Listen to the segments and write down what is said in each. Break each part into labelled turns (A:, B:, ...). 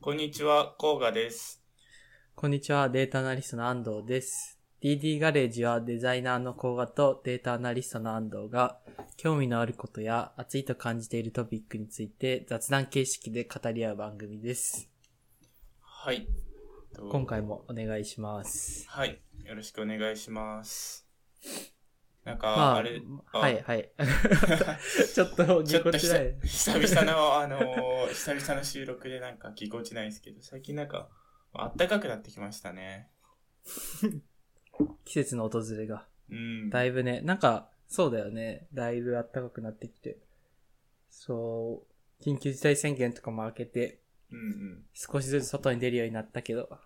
A: こんにちは、甲賀です。
B: こんにちは、データアナリストの安藤です。DD ガレージはデザイナーの甲賀とデータアナリストの安藤が興味のあることや熱いと感じているトピックについて雑談形式で語り合う番組です。
A: はい。
B: 今回もお願いします。
A: はい。よろしくお願いします。なんか、
B: まあ
A: あれ、あ
B: はいはい。 ちょっと
A: ち
B: ぎ
A: ょっと
B: こち
A: 久
B: ない。
A: 々の、あのー久々の収録でなんかぎこちないですけど、最近なんか、あったかくなってきましたね。
B: 季節の訪れが。
A: うん。
B: だいぶね、なんか、そうだよね。だいぶ暖かくなってきて。そう、緊急事態宣言とかも明けて、
A: うんうん。
B: 少しずつ外に出るようになったけど。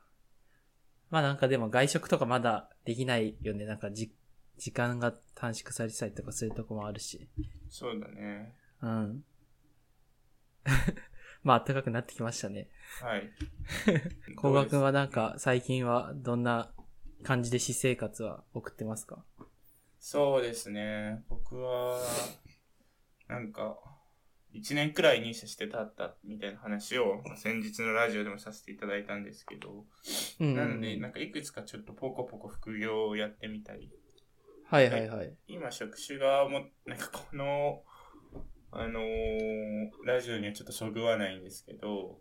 B: まあなんかでも外食とかまだできないよね。なんかじ、時間が短縮されてたりとかするとこもあるし。
A: そうだね。
B: うん。 まあ暖かくなってきましたね。
A: はい。
B: 高
A: どう
B: 学
A: です
B: 君はなんか最近はどんな感じで私生活は送ってますか
A: そうですね。僕は、なんか、1年くらい入社してたったみたいな話を、まあ先日のラジオでもさせていただいたんですけど、
B: うんうんうん
A: なので、なんかいくつかちょっとポコポコ副業をやってみたり、
B: はいはいはい。
A: 今職種がもう、なんかこの、あのーラジオにはちょっとそぐわないんですけど、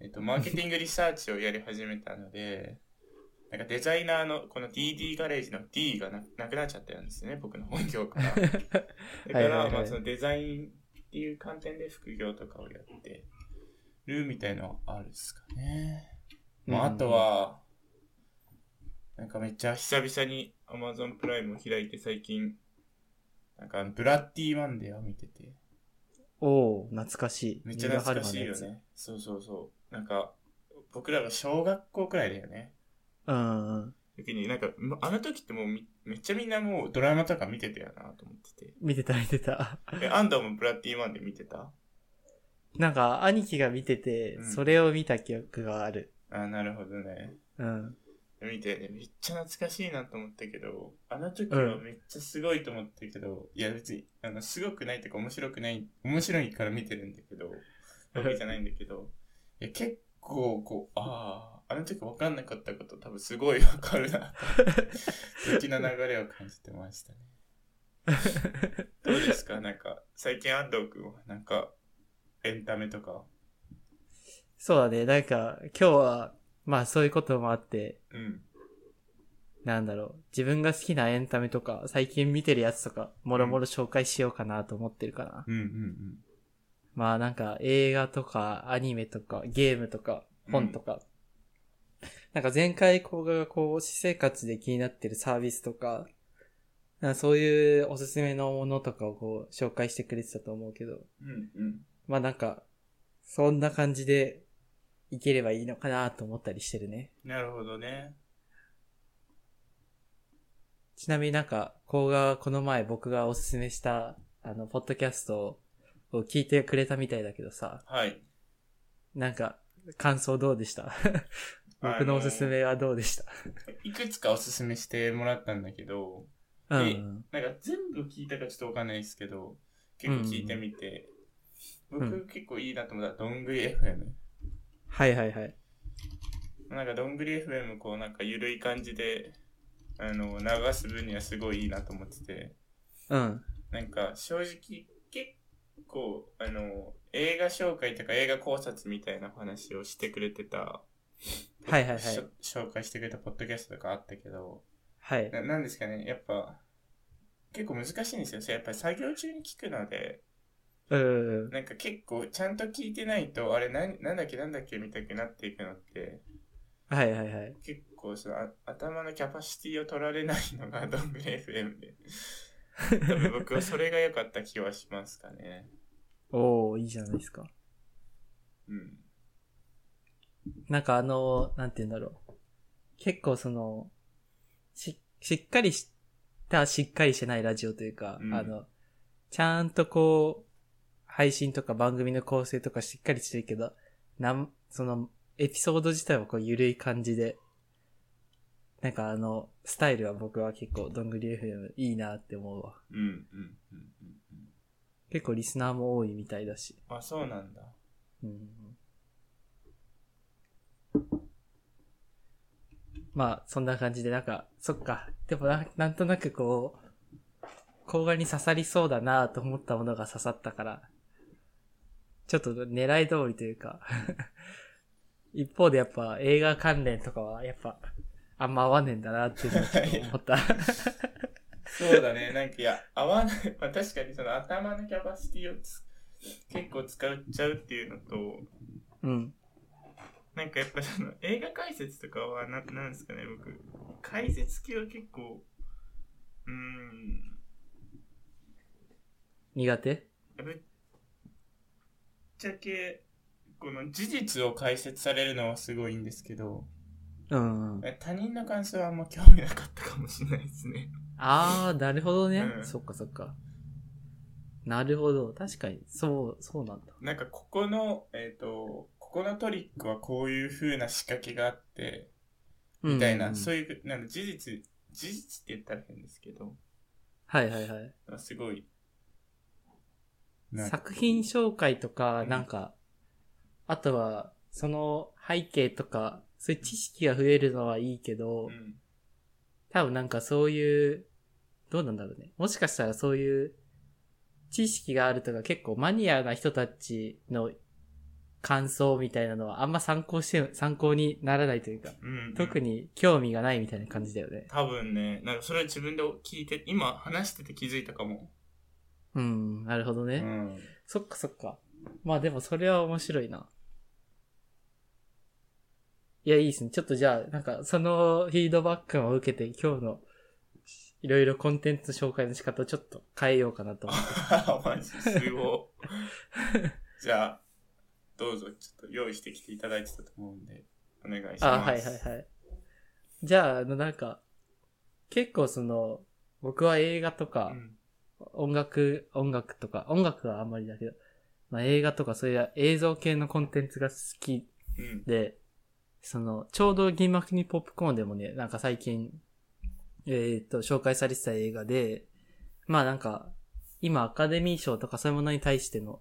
A: えっと、マーケティングリサーチをやり始めたので、 なんかデザイナーのこの DD ガレージの D がななくなっちゃってるんですね、僕の本業 から。だか
B: はいはいは
A: ら、
B: い
A: まあそのデザインっていう観点で副業とかをやってるみたいなのはあるんですかね。まあ、あとは、なんかめっちゃ久々に Amazon プライムを開いて最近、なんかブラッディーマンデーを見てて、
B: うんうん。おお懐かしい。
A: めっちゃ懐かしいよね。そうそうそう。なんか、僕らが小学校くらいだよね。
B: ニールハルマのやつ。うんうん。
A: 時になんか、まあの時ってもうみめっちゃみんなもうドラマとか見てたよなと思って
B: 見てた見てた。
A: て。え、安藤もブラッディーマンデー見てた
B: なんか兄貴が見てて
A: う、ん
B: それを見た記憶がある。
A: あ、なるほどね。
B: うん。
A: 見て、めっちゃ懐かしいなと思ったけど、あの時はめっちゃすごいと思ったけど、いや別に、あの、すごくないというか面白くない、面白いから見てるんだけど、わけじゃないんだけど、いや結構こう、ああ、あの時わかんなかったこと多分すごいわかるな、 時の流れを感じてましたね。どうですかなんか、最近安藤くんはなんか、エンタメとか、
B: そうだね。なんか、今日は、まあそういうこともあって、
A: うん、
B: なんだろう。自分が好きなエンタメとか、最近見てるやつとか、もろもろ紹介しようかなと思ってるから。
A: うんうん
B: まあなんか、映画とか、アニメとか、ゲームとか、本とか。なんか前回、こうがこう、私生活で気になってるサービスとか、なんかそういうおすすめのものとかをこう、紹介してくれてたと思うけど、
A: うん。うんうん。
B: まあなんか、そんな感じでいければいいのかなと思ったりしてるね。
A: なるほどね。
B: ちなみになんか、こうが、この前僕がおすすめした、あの、ポッドキャストを聞いてくれたみたいだけどさ、
A: はい。
B: なんか、感想どうでした 僕のおすすめはどうでした
A: いくつかおすすめしてもらったんだけど、
B: う
A: の
B: ん。
A: なんか全部聞いたかちょっとわかんないですけど、結構聞いてみて、
B: うん
A: 僕結構いいなと思ったのは、どんぐり FM。
B: はいはいはい。
A: なんかどんぐり FM こうなんか緩い感じで、あの、流す分にはすごいいいなと思ってて、
B: うん。
A: なんか正直結構、あの、映画紹介とか映画考察みたいなお話をしてくれてた、
B: はいはいはい
A: しょ紹介してくれたポッドキャストとかあったけど、
B: はい。
A: ななんですかね、やっぱ、結構難しいんですよ。やっぱり作業中に聞くので、
B: うん。
A: なんか結構ちゃんと聞いてないと、あれなん、なんだっけなんだっけみたいになっていくのって、
B: はいはい はい。
A: 結構そのあ頭のキャパシティを取られないのが どんぐり FM で。多分僕はそれが良かった気はしますかね。
B: おー、いいじゃないですか。
A: うん。
B: なんかあの、なんて言うんだろう。結構その、し、しっかりした、しっかりしてないラジオというか、
A: うん
B: あの、ちゃんとこう、配信とか番組の構成とかしっかりしてるけど、なん、その、エピソード自体はこう、ゆるい感じで、なんかあの、スタイルは僕は結構、どんぐり FM いいなって思うわ。
A: うん、うん、うん、うんうん。
B: 結構リスナーも多いみたいだし。
A: あ、そうなんだ。
B: うん。まあ、そんな感じで、なんか、そっか。でもな、なんとなくこう、甲賀に刺さりそうだなと思ったものが刺さったから、ちょっと狙い通りというか、 一方でやっぱ映画関連とかは、やっぱ、あんま合わねえんだなっていうのをちょっと思 った。
A: そうだね、なんかいや、合わない、まあ、確かにその頭のキャパシティをつ結構使っちゃうっていうのと、
B: うん。
A: なんかやっぱその映画解説とかはな、なんですかね、僕、解説系は結構、うーん、
B: 苦手
A: ぶっちゃけ、この事実を解説されるのはすごいんですけど、
B: うんうん。
A: 他人の感想はあんま興味なかったかもしれないですね。
B: あー、なるほどね。
A: うん
B: そっかそっか。なるほど。確かに、そう、そうなんだ。
A: なんかここの、えっ、と、ここのトリックはこういう風な仕掛けがあって、みたいな、
B: うんうん
A: そういう、なんか事実、事実って言ったら変ですけど、
B: はいはいはい。
A: すごい。なんか
B: 作品紹介とか、
A: うん
B: なんか、あとは、その背景とか、そういう知識が増えるのはいいけど、
A: うん、
B: 多分なんかそういう、どうなんだろうね。もしかしたらそういう知識があるとか結構マニアな人たちの感想みたいなのはあんま参考して、参考にならないというか、
A: うんうん
B: 特に興味がないみたいな感じだよね。
A: 多分ね、なんかそれは自分で聞いて、今話してて気づいたかも。
B: うん、なるほどね。
A: うん。
B: そっかそっか。まあでもそれは面白いな。いや、いいですね。ちょっとじゃあ、なんか、そのフィードバックを受けて、今日の、いろいろコンテンツ紹介の仕方をちょっと変えようかなと思って。
A: マジすごい。じゃあ、どうぞ、ちょっと用意してきていただいてたと思うんで、お願いします。
B: あ、はいはいはい。じゃあ、あの、なんか、結構その、僕は映画とか
A: う、ん
B: 音楽、音楽とか、音楽はあんまりだけど、まあ映画とかそういう映像系のコンテンツが好き
A: うん。
B: で、その、ちょうど銀幕にポップコーンでもね、なんか最近、えっ、と、紹介されてた映画で、まあなんか、今アカデミー賞とかそういうものに対しての、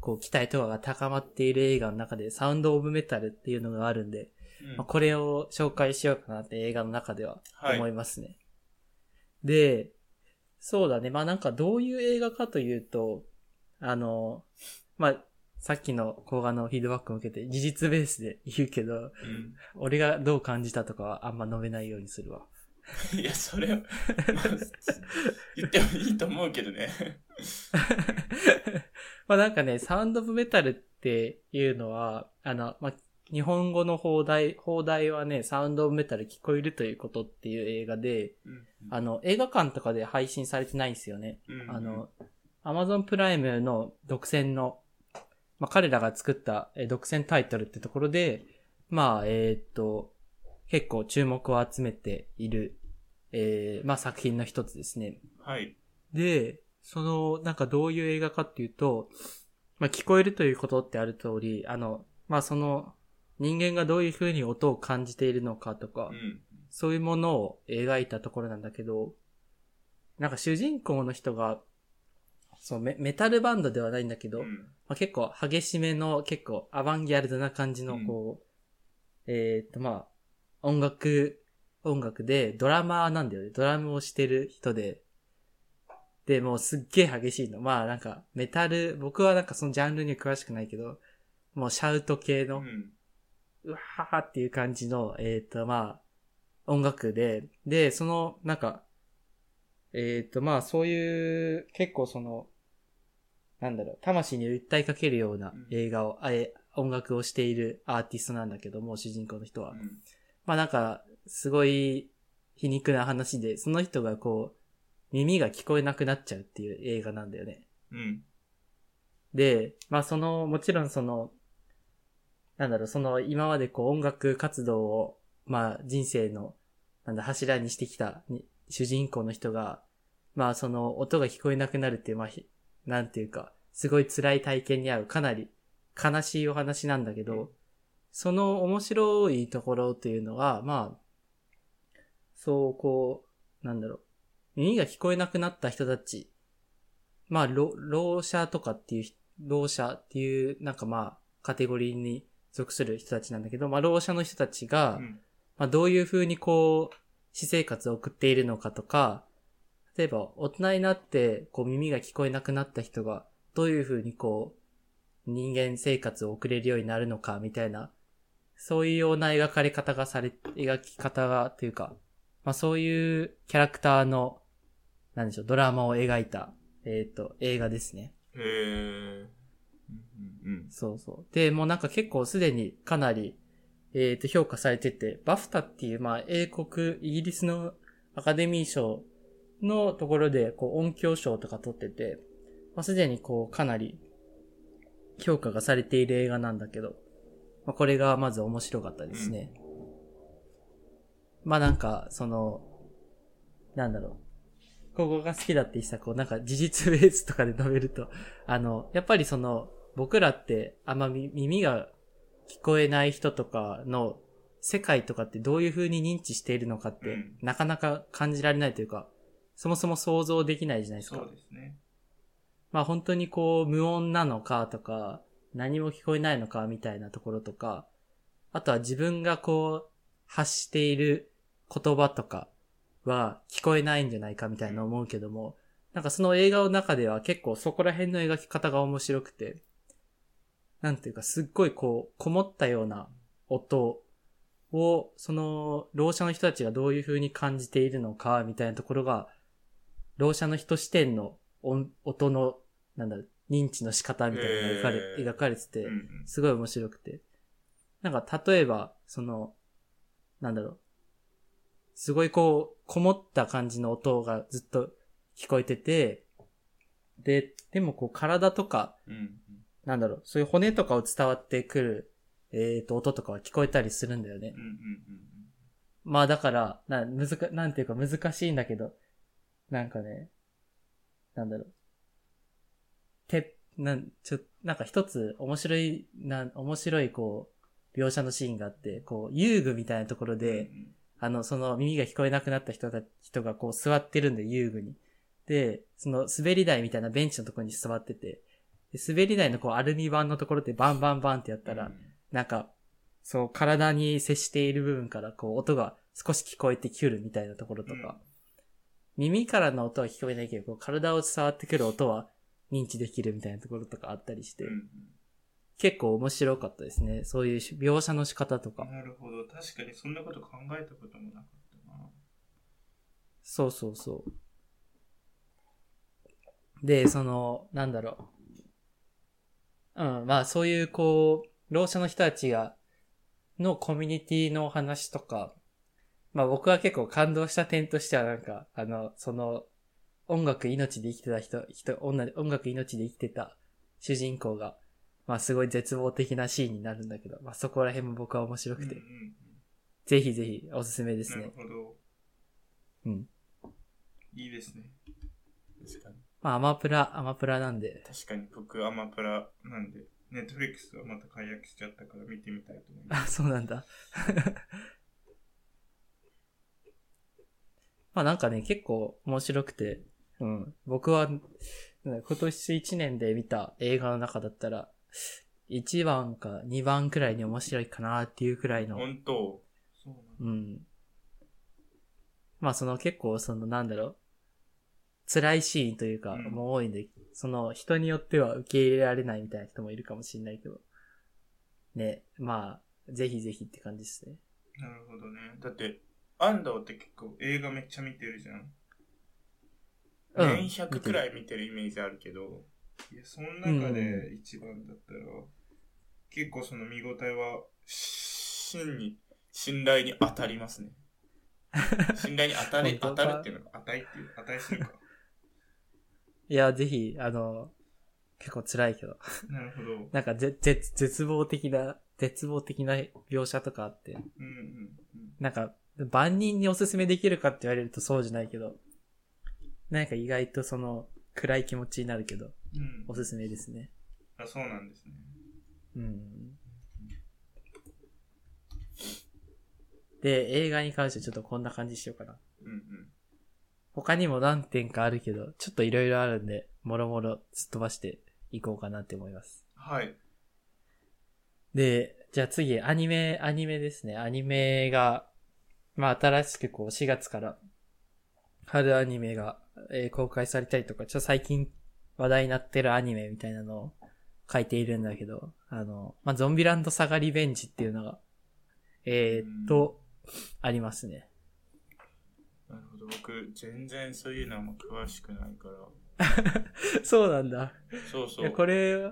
B: こう、期待とかが高まっている映画の中で、サウンドオブメタルっていうのがあるんで、
A: うん
B: まあ、これを紹介しようかなって映画の中では
A: はい
B: 思いますね。で、そうだね。まあなんかどういう映画かというと、あの、まあ、さっきの動画のフィードバックを受けて事実ベースで言うけど、
A: う
B: 俺がどう感じたとかはあんま述べないようにするわ。
A: ん。いや、それは、ま あ言ってもいいと思うけどね。
B: まあなんかね、サウンドオブメタルっていうのは、あの、まあ、日本語の放題、放題はね、サウンドオブメタル聞こえるということっていう映画で、
A: うん
B: あの、映画館とかで配信されてないんですよね。
A: うん
B: あの、Amazon プライムの独占の、まあ、彼らが作ったえー独占タイトルってところで、まあ、えーっと、結構注目を集めている、えーまあ作品の一つですね。
A: はい。
B: で、その、なんかどういう映画かっていうと、まあ聞こえるということってある通り、あの、まあその、人間がどういう風に音を感じているのかとか、
A: うん。
B: そういうものを描いたところなんだけど、なんか主人公の人が、そうメメタルバンドではないんだけど、
A: うん
B: まあ、結構激しめの、結構アバンギャルドな感じの
A: うん
B: こう、えーっとまあ、音楽、音楽でドラマーなんだよね。ドラムをしてる人で、で、もうすっげえ激しいの。まあなんかメタル、僕はなんかそのジャンルには詳しくないけど、もうシャウト系
A: う
B: の、
A: ん。
B: うわーっていう感じの、えっ、と、まあ、音楽で、で、その、なんか、えっ、と、まあ、そういう、結構その、なんだろう、魂に訴えかけるような映画を、あえ、音楽をしているアーティストなんだけども、主人公の人は。
A: うん
B: まあなんか、すごい皮肉な話で、その人がこう、耳が聞こえなくなっちゃうっていう映画なんだよね。
A: うん。
B: で、まあその、もちろんその、なんだろう、その今までこう音楽活動を、まあ人生の、なんだ、柱にしてきたに主人公の人が、まあその音が聞こえなくなるっていう、まあひ、なんていうか、すごい辛い体験に合う、かなり悲しいお話なんだけど、その面白いところというのは、まあ、そう、こう、なんだろう、耳が聞こえなくなった人たち、まあ、ろ老者とかっていう人、老者っていう、なんかまあ、カテゴリーに属する人たちなんだけど、まあ、老者の人たちが、
A: うん
B: まあ、どういう風にこう、私生活を送っているのかとか、例えば、大人になって、こう、耳が聞こえなくなった人が、どういう風にこう、人間生活を送れるようになるのか、みたいな、そういうような描かれ方がされ、描き方が、というか、まあそういうキャラクターの、なんでしょう、ドラマを描いた、えっ、ー、と、映画ですね。
A: へえ。うんうん、
B: そうそう。で、もうなんか結構すでにかなり、えっ、ー、と、評価されてて、バフタっていう、まあ、英国、イギリスのアカデミー賞のところで、こう、音響賞とか取ってて、まあ、すでにこう、かなり、評価がされている映画なんだけど、まあ、これがまず面白かったですね。まあなんか、その、なんだろう。ここが好きだって言ってた、こう、なんか事実ベースとかで述べると、あの、やっぱりその、僕らってあんま耳が聞こえない人とかの世界とかってどういう風に認知しているのかって、なかなか感じられないというか、そもそも想像できないじゃないですか。
A: そうですね。
B: まあ本当にこう、無音なのかとか、何も聞こえないのかみたいなところとか、あとは自分がこう、発している言葉とかは聞こえないんじゃないかみたいな思うけども、なんかその映画の中では結構そこら辺の描き方が面白くて、なんていうかすっごいこう、こもったような音を、その、ろう者の人たちがどういう風に感じているのか、みたいなところが、ろう者の人視点の音の、なんだろう、認知の仕方みたいなのが描かれ,、描かれてて、すごい面白くて。なんか例えば、その、なんだろう、すごいこう、こもった感じの音がずっと聞こえてて、で、でもこう体とか、
A: うん、
B: なんだろう、そういう骨とかを伝わってくる、えっ、ー、と、音とかは聞こえたりするんだよね。
A: うんうんうん、
B: まあだから、な、むずか、なんていうか難しいんだけど、なんかね、なんだろう、て、なん、ちょ、なんか一つ面白い、な、面白いこう、描写のシーンがあって、こう、遊具みたいなところで、
A: うんうん
B: あの、その耳が聞こえなくなった人が、人がこう座ってるんで、遊具に。で、その滑り台みたいなベンチのところに座ってて、で滑り台のこうアルミ板のところでバンバンバンってやったら、
A: うん、
B: なんか、そう、体に接している部分からこう音が少し聞こえてくるみたいなところとか、
A: うん、
B: 耳からの音は聞こえないけど、こう体を伝わってくる音は認知できるみたいなところとかあったりして、
A: うん、
B: 結構面白かったですね。そういう描写の仕方とか。
A: なるほど。確かにそんなこと考えたこともなかったな。
B: そうそうそう。で、その、なんだろう。うん、まあそういうこう、ろう者の人たちが、のコミュニティの話とか、まあ僕は結構感動した点としてはなんか、あの、その、音楽命で生きてた人、人、女音楽命で生きてた主人公が、まあすごい絶望的なシーンになるんだけど、まあそこら辺も僕は面白くて、
A: うんうんうん、
B: ぜひぜひおすすめですね。
A: なるほど。
B: うん。
A: いいですね。確かに。
B: まあアマプラ、アマプラなんで。
A: 確かに僕アマプラなんで、ネットフリックスはまた解約しちゃったから見てみたいと思います。
B: あ、そうなんだ。 まあなんかね、結構面白くて、うん。僕は、今年1年で見た映画の中だったら、1番か2番くらいに面白いかなっていうくらいの。
A: 本当そう
B: なんうん。まあその結構そのなんだろう。辛いシーンというか、もう多いんで、うん、その人によっては受け入れられないみたいな人もいるかもしれないけど。ね、まあ、ぜひぜひって感じですね。
A: なるほどね。だって、安藤って結構映画めっちゃ見てるじゃん。うん、年100くらい見てるイメージあるけど、いや、その中で一番だったら、うん、結構その見応えは、真に、信頼に当たります ね。信頼に当たり、当たるっていうのが、値っていう、値する か。
B: いや、ぜひ、あの、結構辛いけど。
A: なるほど。
B: なんかぜ、ぜ、絶望的な、絶望的な描写とかあって。
A: うんうん、うん。
B: なんか、万人におすすめできるかって言われるとそうじゃないけど、なんか意外とその、暗い気持ちになるけど、
A: うん、
B: おすすめですね。
A: あ、そうなんですね。
B: うん。で、映画に関してちょっとこんな感じしようかな。
A: うんうん。
B: 他にも何点かあるけど、ちょっといろいろあるんで、もろもろすっ飛ばしていこうかなって思います。
A: はい。
B: で、じゃあ次、アニメ、アニメですね。アニメが、まあ新しくこう4月から春アニメが、えー公開されたりとか、ちょっと最近話題になってるアニメみたいなのを書いているんだけど、あの、まあゾンビランドサガリベンジっていうのが、えーっと、ありますね。
A: なるほど。僕、全然そういうのはもう詳しくないから。
B: そうなんだ。
A: そうそ
B: いや
A: う。
B: これ、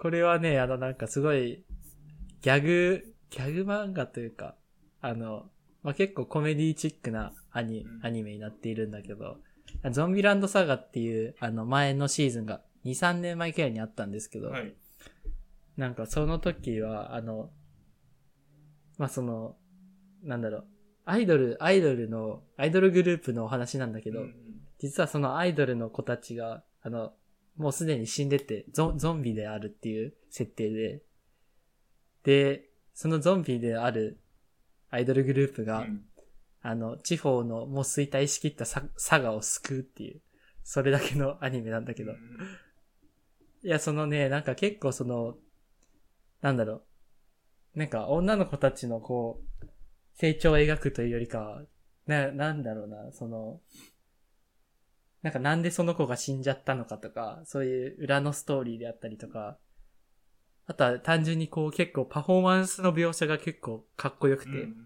B: これはね、あのなんかすごい、ギャグ、ギャグ漫画というか、あの、まあ、結構コメディチックなアニ
A: うん
B: アニメになっているんだけど、ゾンビランドサガっていう、あの前のシーズンが2、3年前くらいにあったんですけど、
A: はい。
B: なんかその時は、あの、まあ、その、なんだろう、アイドル、アイドルの、アイドルグループのお話なんだけど、
A: うんうん
B: 実はそのアイドルの子たちが、あの、もうすでに死んでて、ゾンゾンビであるっていう設定で、で、そのゾンビであるアイドルグループが、
A: うん
B: あの、地方のもう衰退しきったさ佐賀を救うっていう、それだけのアニメなんだけど
A: う、ん
B: いや、そのね、なんか結構その、なんだろう。なんか女の子たちのこう、成長を描くというよりかは、な、なんだろうな、その、なんかなんでその子が死んじゃったのかとか、そういう裏のストーリーであったりとか、あとは単純にこう結構パフォーマンスの描写が結構かっこよくて、
A: うん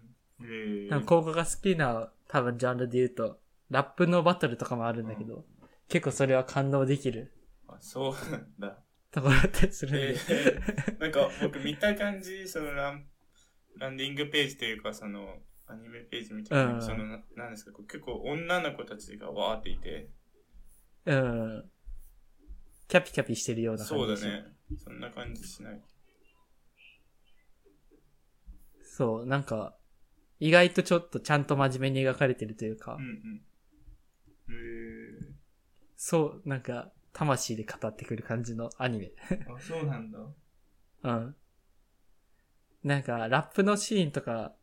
A: えー
B: なんか効果が好きな多分ジャンルで言うと、ラップのバトルとかもあるんだけど、結構それは感動できる
A: あそうなん だ。
B: ところだったりするんで。
A: えーなんか僕見た感じ、そのランランディングページというか、そのアニメページみたいな、
B: うん
A: そのななんですか、こう結構女の子たちがわーっていて、
B: うん。キャピキャピしてるような感
A: そう
B: じ
A: だね。。そんな感じしない。
B: そう、なんか、意外とちょっとちゃんと真面目に描かれてるというか、
A: うんうん。へ
B: そう、なんか、魂で語ってくる感じのアニメ。
A: えー。あ、そうなん だ。
B: うん。なんか、ラップのシーンとか、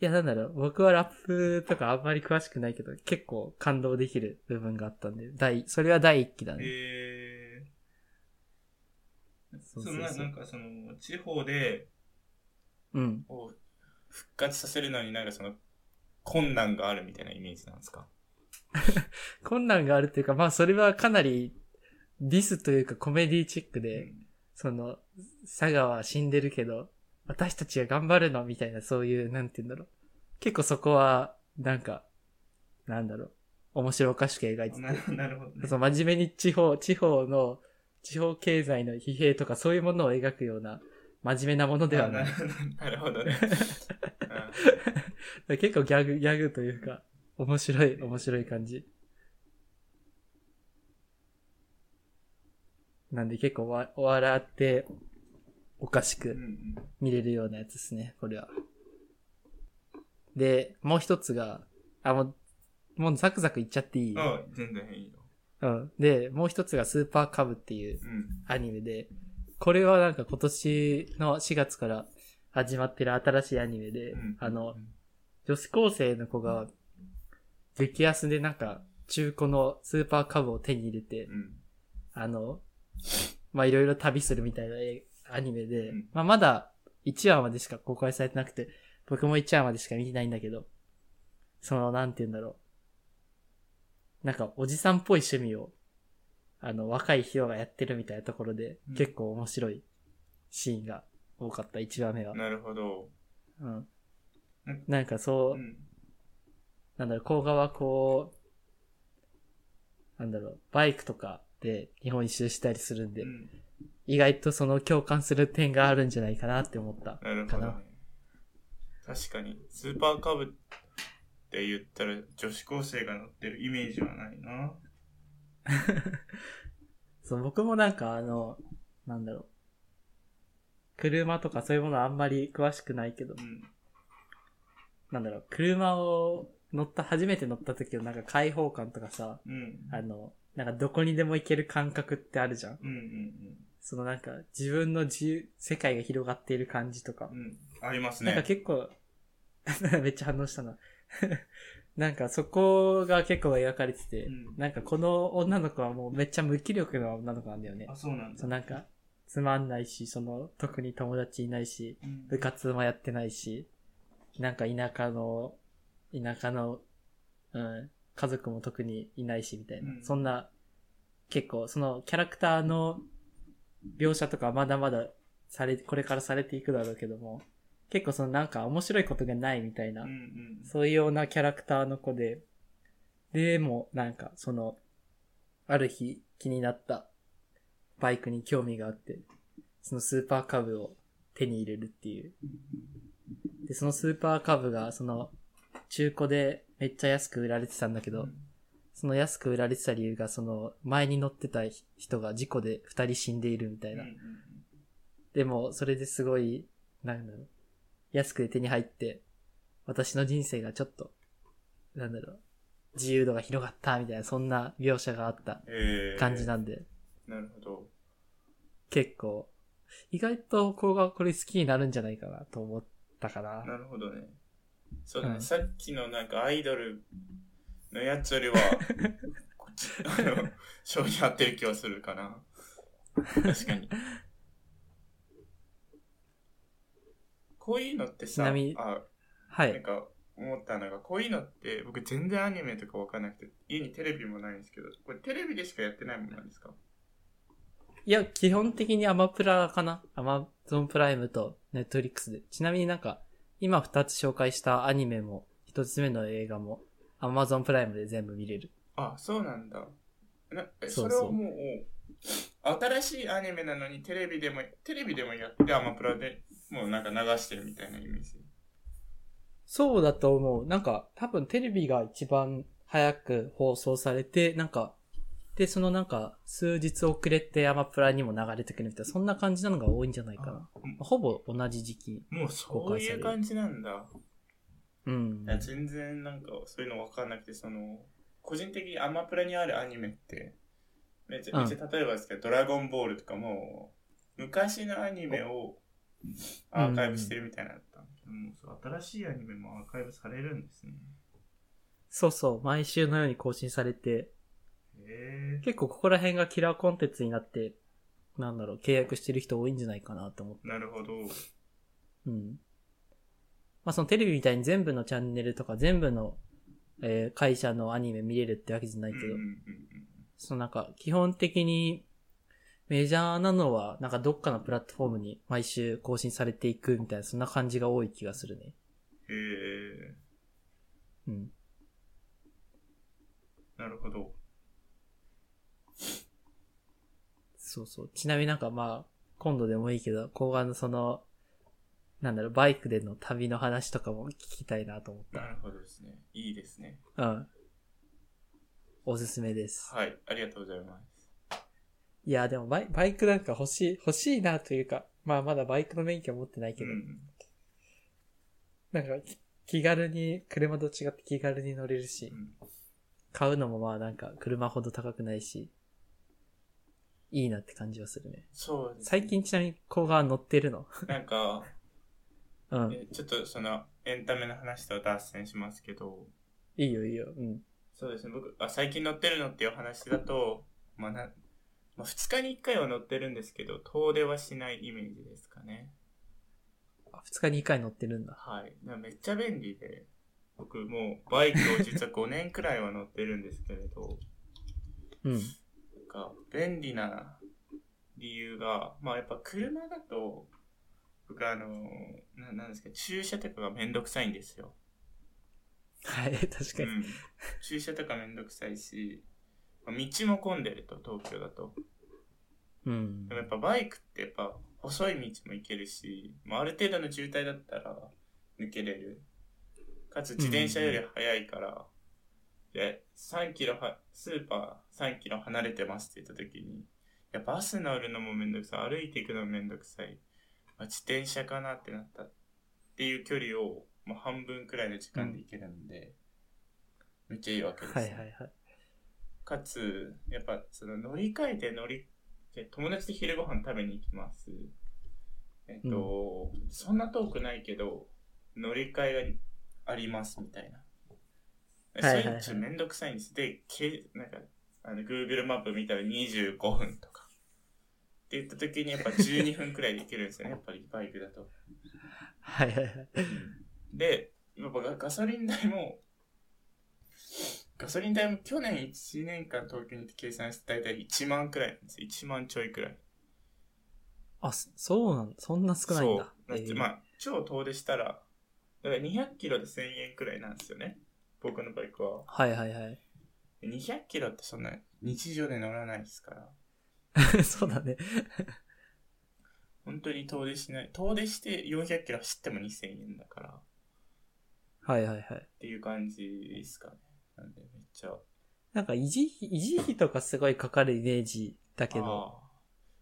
B: いや、なんだろう、僕はラップとかあんまり詳しくないけど、結構感動できる部分があったんで、第、それは第一期だね。
A: へえー。
B: そ
A: そうう
B: そうそう
A: ななんかその地方で
B: うん。
A: を復活させるのになんかその困難があるみたいなイメージなんですか
B: 困難があるというか、まあ、それはかなり、ディスというかコメディチックで、
A: うん
B: その、佐賀は死んでるけど、私たちが頑張るのみたいな、そういう、なんて言うんだろう。結構そこは、なんか、なんだろう。面白おかしく描いて
A: なるなるほどね
B: て、そう、真面目に地方、地方の、地方経済の疲弊とかそういうものを描くような、真面目なものではない。
A: あなるほどね。
B: 結構ギャグ、ギャグというか、面白い、面白い感じ。なんで結構わ、笑って、おかしく
A: うんうんうん
B: 見れるようなやつですね、これは。で、もう一つが、あ、もう、もうザクザクいっちゃっていい、
A: あ全然いいよ。
B: うん、で、もう一つがスーパーカブっていう
A: うん。
B: アニメで、これはなんか今年の4月から始まってる新しいアニメで、
A: うん
B: あの、、女子高生の子が、激安でなんか、中古のスーパーカブを手に入れて
A: う、ん。
B: あの、まあ、いろいろ旅するみたいなえアニメで、
A: うん
B: まあ、まだ1話までしか公開されてなくて、僕も1話までしか見てないんだけど、その、なんて言うんだろう。なんか、おじさんっぽい趣味を、あの、若い人がやってるみたいなところで、
A: うん
B: 結構面白いシーンが多かった、1話目は。
A: なるほど。
B: うん
A: うん。
B: なんかそう、
A: うん。
B: なんだろう、甲賀はこう、なんだろう、バイクとかで日本一周したりするんで、
A: うん
B: 意外とその共感する点があるんじゃないかなって思った。
A: なるほ
B: か
A: ど
B: な
A: ね。確かに、スーパーカブって言ったら女子高生が乗ってるイメージはないな。
B: そう、僕もなんかあの、なんだろう。車とかそういうものあんまり詳しくないけど
A: う、ん。
B: なんだろう、車を乗った、初めて乗った時のなんか開放感とかさ、
A: うん。
B: あの、なんかどこにでも行ける感覚ってあるじゃん。
A: うんうん
B: そのなんか自分の自由、世界が広がっている感じとか
A: うん。う。ん。あります
B: なんか
A: ね。
B: 結構、 めっちゃ反応したな。 なんかそこが結構描かれてて、
A: うん
B: なんかこの女の子はもうめっちゃ無気力な女の子なんだよね
A: あ、。そうなん
B: そ
A: だ
B: う。なんか、つまんないし、その、特に友達いないし、
A: うん
B: 部活もやってないし、なんか田舎の田舎の、うん、家族も特にいないし、みたいな。
A: うん
B: そんな、結構、そのキャラクターの描写とかはまだまだされ、これからされていくだろうけども、結構そのなんか面白いことがないみたいな、
A: うんうん。
B: そういうようなキャラクターの子で、でもなんかその、ある日気になったバイクに興味があって、そのスーパーカブを手に入れるっていう。で、そのスーパーカブがその中古でめっちゃ安く売られてたんだけど、その安く売られてた理由がその前に乗ってた人が事故で二人死んでいるみたいな
A: うんう。ん
B: でも、それですごい、なんだろう、安くで手に入って、私の人生がちょっと、なんだろう、自由度が広がった、みたいな、そんな描写があった
A: えー
B: 感じなんで、
A: なるほど。
B: 結構、意外とこがこれ好きになるんじゃないかなと思ったかな。
A: なるほどね。そうだね、
B: うん
A: さっきのなんかアイドルのやつよりは、こっち、あの、性に合ってる気はするかな。確かに。こういうのって
B: ち
A: さ、
B: なみに
A: あ、
B: は
A: なん
B: い。
A: か思ったのが、こういうのって、僕全然アニメとかわかんなくて、家にテレビもないんですけど、これテレビでしかやってないもんなんですか
B: いや、基本的にアマプラかなアマゾンプライムとネットリックスで。ちなみになんか、今二つ紹介したアニメも、一つ目の映画も、アマゾンプライムで全部見れる。
A: あ、そうなんだ。なえ
B: そ
A: そう
B: そう
A: れはもう、新しいアニメなのにテレビでも、テレビでもやって、アマプラでもうなんか流してるみたいなイメージ。
B: そうだと思う。なんか、多分テレビが一番早く放送されて、なんか、で、そのなんか、数日遅れてアマプラにも流れてくるみたいな、そんな感じなのが多いんじゃないかな。ほぼ同じ時期。
A: もうそういう感じなんだ。
B: うん
A: い。や全然なんかそういうのわかんなくて、その、個人的にアマプラにあるアニメって、めちゃめちゃ例えばですけど、ドラゴンボールとかも、昔のアニメをアーカイブしてるみたいなのだったんだけど、もうそう新しいアニメもアーカイブされるんですね。
B: そうそう、毎週のように更新されて、
A: へえ。
B: 結構ここら辺がキラーコンテンツになって、なんだろう、契約してる人多いんじゃないかなと思って。
A: なるほど。
B: うん。まあそのテレビみたいに全部のチャンネルとか全部の、えー会社のアニメ見れるってわけじゃないけど、
A: うんうん
B: そのなんか、基本的にメジャーなのは、なんかどっかのプラットフォームに毎週更新されていくみたいな、そんな感じが多い気がするね。
A: うんうん、へえ
B: うん。
A: なるほど。
B: そうそう。ちなみになんかまあ、今度でもいいけど、後半のその、なんだろう、バイクでの旅の話とかも聞きたいなと思っ
A: なるほどですね。いいですね。
B: た。うん。おすすめです。
A: はい、ありがとうございます。
B: いや、でもバイバイクなんか欲しい、欲しいなというか、まあまだバイクの免許は持ってないけ
A: う
B: ど、
A: ん、
B: なんかき気軽に、車と違って気軽に乗れるし、
A: うん
B: 買うのもまあなんか車ほど高くないし、いいなって感じはするね。
A: そうですね
B: 最近ちなみに子が乗ってるの。
A: なんか、
B: うん。
A: えちょっとそのエンタメの話とは脱線しますけど、
B: いいよいいよ。うん。
A: そうですね、僕、あ最近乗ってるのっていう話だと、まあなまあ、2日に1回は乗ってるんですけど、遠出はしないイメージですかね。
B: あ二日に一回乗ってるんだ。
A: はい。なんかめっちゃ便利で、僕もうバイクを実は5年くらいは乗ってるんですけれど、
B: うん。
A: なんか便利な理由が、まあやっぱ車だと、僕あの、ななんですか、駐車とかがめんどくさいんですよ。
B: はい、 確か
A: う
B: に。
A: ん、駐車とかめんどくさいし、まあ道も混んでると、東京だと。
B: うん
A: で。もやっぱバイクってやっぱ細い道も行けるし、まあ、ある程度の渋滞だったら抜けれる。かつ自転車より速いから、で、3キロは、スーパー3キロ離れてますって言った時に、いや、バス乗るのもめんどくさい、歩いていくのもめんどくさい、まあ、自転車かなってなったっていう距離を、まあ、半分くらいの時間で行けるんで、めっちゃいいわけです、
B: は
A: ね。
B: いはいはい。
A: かつ、やっぱその乗り換えて乗り、で友達と昼ご飯食べに行きます。えっと、そんな遠くないけど、乗り換えがありますみたいな。
B: はいはいはい
A: そういうのちょっとめんどくさいんです。で、けなんか、あの、Google マップ見たら25分とか。って言った時にやっぱ12分くらいで行けるんですよね、やっぱりバイクだと。
B: はいはいはい。
A: で、やっぱガガソリン代も、ガソリン代も去年1年間東京に行って計算して大体1万くらいなんですよ。1万ちょいくらい。
B: あ、そそうなんそんな少ないんだ。
A: そう。だって
B: えー
A: まあ、超遠出したら、だから200キロで1000円くらいなんですよね。僕のバイクは。
B: はいはいはい。
A: で200キロってそんな日常で乗らないですから。
B: そうだね。
A: 本当に遠出しない。遠出して400キロ走っても2000円だから。っ
B: はいはいはい。
A: ていう感じですかね。なんでめっちゃ。
B: なんか維持費、維持費とかすごいかかるイメージだけど。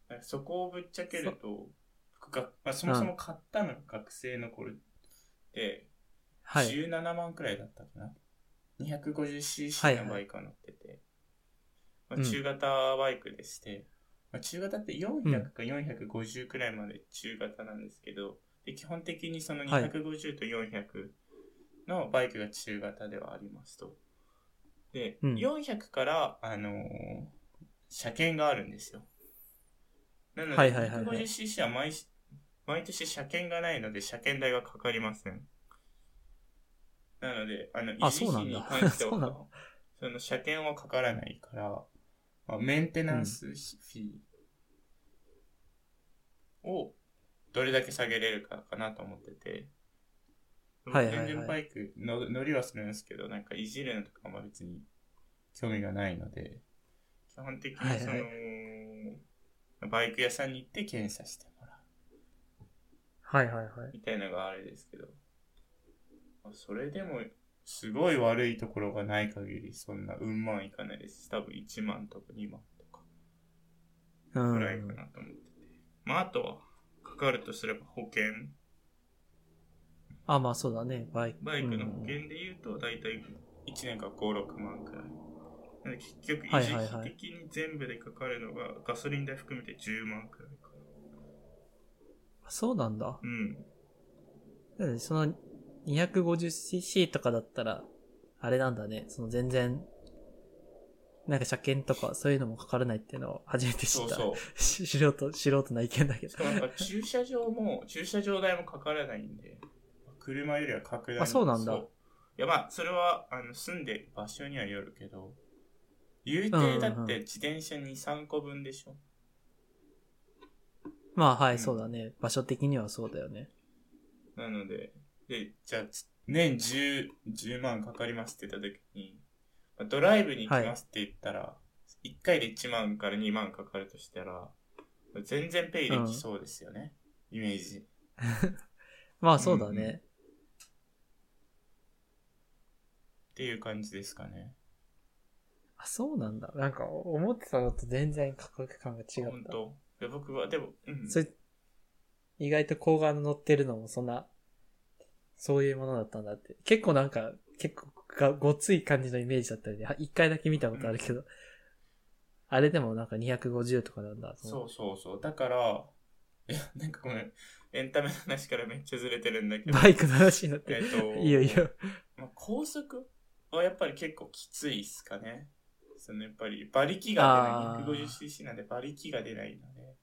A: あーそこをぶっちゃけると、僕が、まあ、そもそも買ったのが学生の頃で、
B: はい。
A: 17万くらいだったかな。250cc のバイクを乗ってて、
B: い
A: ま
B: う
A: あ、
B: ん
A: 中型バイクでして、まあ、中型って400か450くらいまで中型なんですけど、で基本的にその
B: はい
A: 250と400のバイクが中型ではありますと。で、
B: うん
A: 400から、あのー車検があるんですよ。なので、
B: はいはいはいはい
A: 150cc は毎し毎年車検がないので、車検代がかかりません。なので、あの、維
B: あ
A: 持
B: そうな
A: 費
B: んだ
A: に関して
B: そうな
A: は
B: の、
A: その車検はかからないから、まあ、メンテナンスフィーをどれだけ下げれるかかなと思ってて、
B: はいはいはい
A: 全然バイクの乗りはするんですけど、なんかいじるのとかも別に興味がないので、基本的にその、
B: はいは
A: バイク屋さんに行って検査してもらう。
B: はいはいはい。
A: みたいのがあれですけど。それでも、すごい悪いところがない限り、そんな、うん万いかないです。多分1万とか2万とか
B: う
A: ぐらいか
B: ん。
A: なと思ってて。まあ、あとは、かかるとすれば保険。
B: あ、まあそうだね。バイク。
A: バイクの保
B: うん
A: 険で言うと、だいたい1年間5、6万くらい。なので結局、
B: は
A: 維
B: い
A: 持
B: はいはい
A: 費的に全部でかかるのが、ガソリン代含めて10万くらいかな。
B: そうなんだ。
A: うん。
B: だってその 250cc とかだったら、あれなんだね。その全然、なんか車検とかそういうのもかからないっていうのを初めて知
A: そ
B: っ
A: う
B: た。
A: そう。
B: し素人、素人な意見だけ
A: し
B: ど
A: か。もなんか駐車場も、駐車場代もかからないんで、車よりは格段に
B: あそうなんだ
A: そういやまあ、それは、あの、住んでる場所にはよるけど、言う
B: うんうんう
A: て、
B: ん
A: だって自転車2、3個分でしょ。
B: まあは
A: う
B: い、
A: ん
B: そうだね。場所的にはそうだよね。
A: なので、で、じゃあ、つ年10、10万かかりますって言った時に、まあドライブに行きますって言ったら、1回で1万から2万かかるとしたら、全然ペイできそうですよね。イメージ。
B: まあそうだね。
A: うんうっていう感じですかね。
B: あ、そうなんだ。なんか思ってたのと全然価格感が違
A: 本
B: った。
A: 当で僕は、でも、うん。
B: それ、意外と高が乗ってるのもそんな、そういうものだったんだって。結構なんか、結構がごつい感じのイメージだったよね。は一回だけ見たことあるけど。あれでもなんか250とかなんだ。
A: そうそうそう。だから、いや、なんかごめん。エンタメの話からめっちゃずれてるんだけど。
B: バイクの話になって。
A: えっと、
B: いいよいいよ。
A: まあ、高速はやっぱり結構きついっすかね。そのやっぱり馬力が出ない。
B: あー
A: 150cc なんで馬力が出ないので。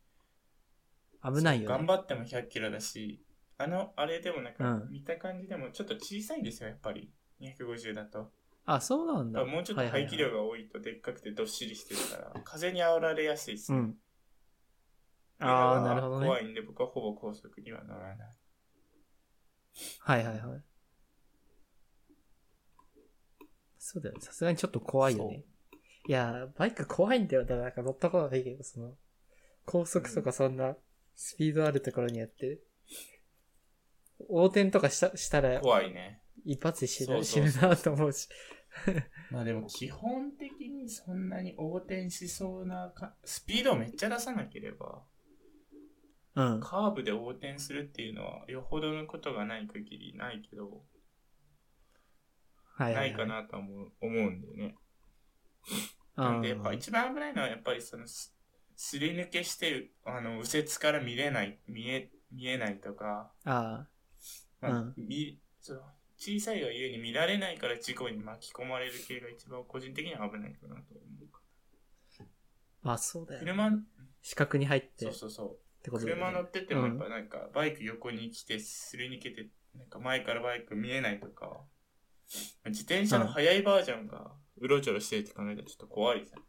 B: 危ないよ
A: 頑
B: ね。
A: 張っても100キロだし、あの、あれでもなんか
B: う
A: 見た感じでもちょっと小さいんですよ、やっぱり。250だと。
B: あ、そうなん
A: だか
B: だ。
A: らもうちょっと排気量
B: はいはいはい
A: が多いとでっかくてどっしりしてるから、風に煽られやすいっす
B: う
A: ね。
B: ん。あーなるほどね
A: 怖いんで僕はほぼ高速には乗らない。
B: はいはいはい。そうだよね。さすがにちょっと怖いよね。いやー、バイク怖いんだよ。だからなんか乗ったことないけど、その、高速とかそんな、スピードあるところにやって、横転とかしたしたら、
A: 怖いね。
B: 一発で死
A: そう
B: ぬ
A: そ
B: 死
A: うそう
B: ぬなと思うし。
A: まあでも基本的にそんなに横転しそうなか、スピードをめっちゃ出さなければ、
B: うん。
A: カーブで横転するっていうのはよほどのことがない限りないけど、
B: はいはい、は。
A: ないいかなとは思う思うんだよね。
B: う
A: なん
B: ん。
A: でやっぱ一番危ないのはやっぱりそのす、すり抜けして、あの、右折から見れない、見え、見えないとか、
B: あ
A: まあ
B: うん
A: みその小さいがゆえに見られないから事故に巻き込まれる系が一番個人的には危ないかなと思うか
B: あ、まあそうだ
A: ら。
B: よね。
A: 車、
B: 四角に入って
A: そう
B: っ
A: そうそう。
B: てことだよね。
A: 車乗ってても
B: う
A: や
B: ん
A: っぱなんかバイク横に来てすり抜けてなんか前からバイク見えないとか、自転車の速いバージョンがうろちょろしてるって考えたらちょっと怖いじゃない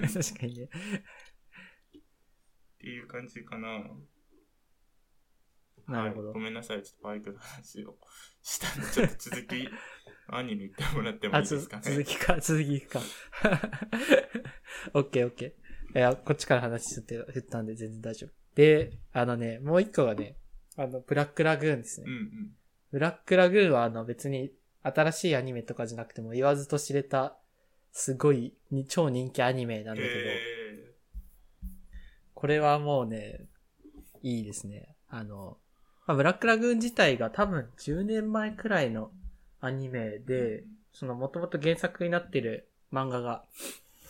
A: ですか。っ
B: 確かにね。
A: ていう感じかな。
B: なるほど
A: はい。ごめんなさい、ちょっとバイクの話をしたんで、ちょっと続き、兄に言ってもらってもい
B: あ、
A: いで
B: つ
A: すかね。
B: 続きか、 続きいくか。オッケーオッケー。いや、こっちから話振って、振ったんで全然大丈夫。で、あのね、もう一個がね、あの、ブラックラグーンですね。
A: うんうん。
B: ブラックラグーンはあの別に新しいアニメとかじゃなくても言わずと知れた、すごいに超人気アニメなんだけど、
A: え
B: これはもうね、いいですね。あの、まあ、ブラックラグーン自体が多分10年前くらいのアニメで、その元々原作になってる漫画が、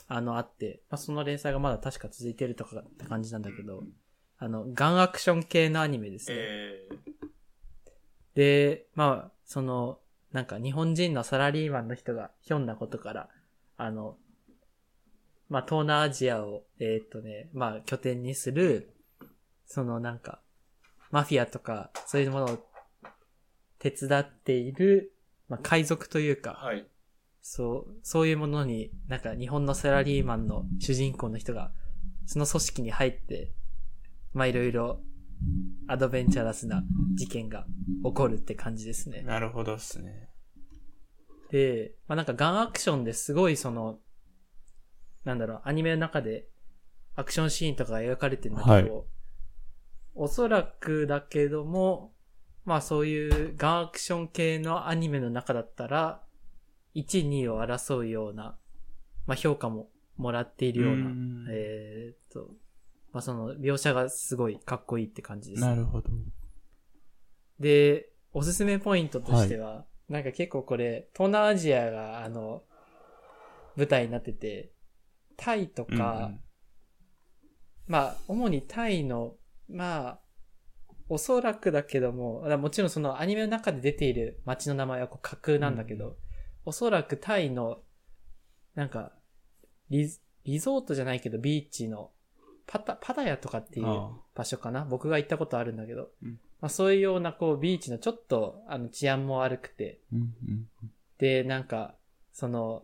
B: あの、あって、まあ、その連載がまだ確か続いてるとかって感じなんだけど、あの、ガンアクション系のアニメですね。
A: えー
B: で、まあ、その、なんか日本人のサラリーマンの人がひょんなことから、あの、まあ、東南アジアを、えーっとね、まあ、拠点にする、そのなんか、マフィアとか、そういうものを手伝っている、まあ、海賊というか、
A: はい。
B: そう、そういうものに、なんか日本のサラリーマンの主人公の人が、その組織に入って、まあ、いろいろ、アドベンチャラスな事件が起こるって感じですね。
A: なるほどっすね。
B: で、まあ、なんかガンアクションですごいその、なんだろう、アニメの中でアクションシーンとかが描かれてるんだけど、おそらくだけども、まあそういうガンアクション系のアニメの中だったら、1、2を争うような、まあ評価ももらっているような、
A: ん
B: えーっと、まあその描写がすごいかっこいいって感じですね。
A: るほど。
B: で、おすすめポイントとしては、なんか結構これ、東南アジアが、あの、舞台になってて、タイとか、まあ、主にタイの、まあ、おそらくだけども、あもちろんそのアニメの中で出ている街の名前はこう架空なんだけど、
A: うん
B: おそらくタイの、なんかリ、リゾートじゃないけどビーチのパタ、パタヤとかっていう
A: ああ
B: 場所かな僕が行ったことあるんだけど、
A: うん
B: まあ、そういうようなこうビーチのちょっとあの治安も悪くて、
A: うんうん
B: で、なんか、その、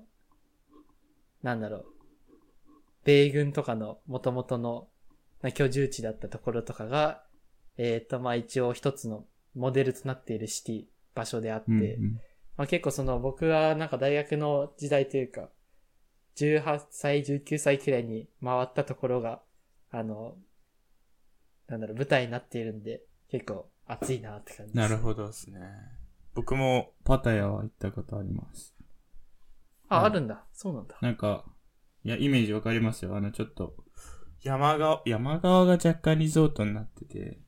B: なんだろう、米軍とかの元々のな居住地だったところとかが、えっ、と、まあ一応一つのモデルとなっているシティ、場所であって、
A: うんうん
B: まあ結構その僕はなんか大学の時代というか、18歳、19歳くらいに回ったところが、あの、なんだろう、舞台になっているんで、結構熱いなって感じです。
A: なるほどっすね。僕もパタヤは行ったことあります。
B: あ、あるんだ。そうなんだ。
A: なんか、いや、イメージわかりますよ。あの、ちょっと、山側、山側が若干リゾートになってて、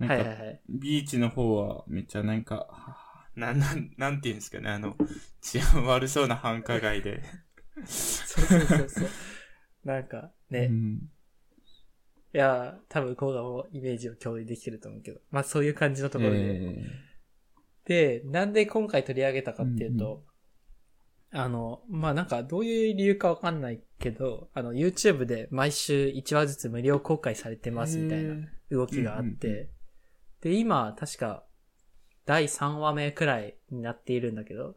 A: なん
B: はいはい
A: か、
B: はい。
A: ビーチの方はめっちゃなんか、なん、なん、なんていうんですかね、あの、治安悪そうな繁華街で。
B: そうそうそう そう。なんかね、
A: う
B: い
A: ん
B: やー、多分こうがもうイメージを共有できてると思うけど。まあそういう感じのところで。
A: え
B: で、なんで今回取り上げたかっていうと、あの、まあなんかどういう理由かわかんないけど、あの YouTube で毎週1話ずつ無料公開されて
A: ー
B: ますみたいな。動きがあって、
A: うんうん
B: で、今、確か、第3話目くらいになっているんだけど、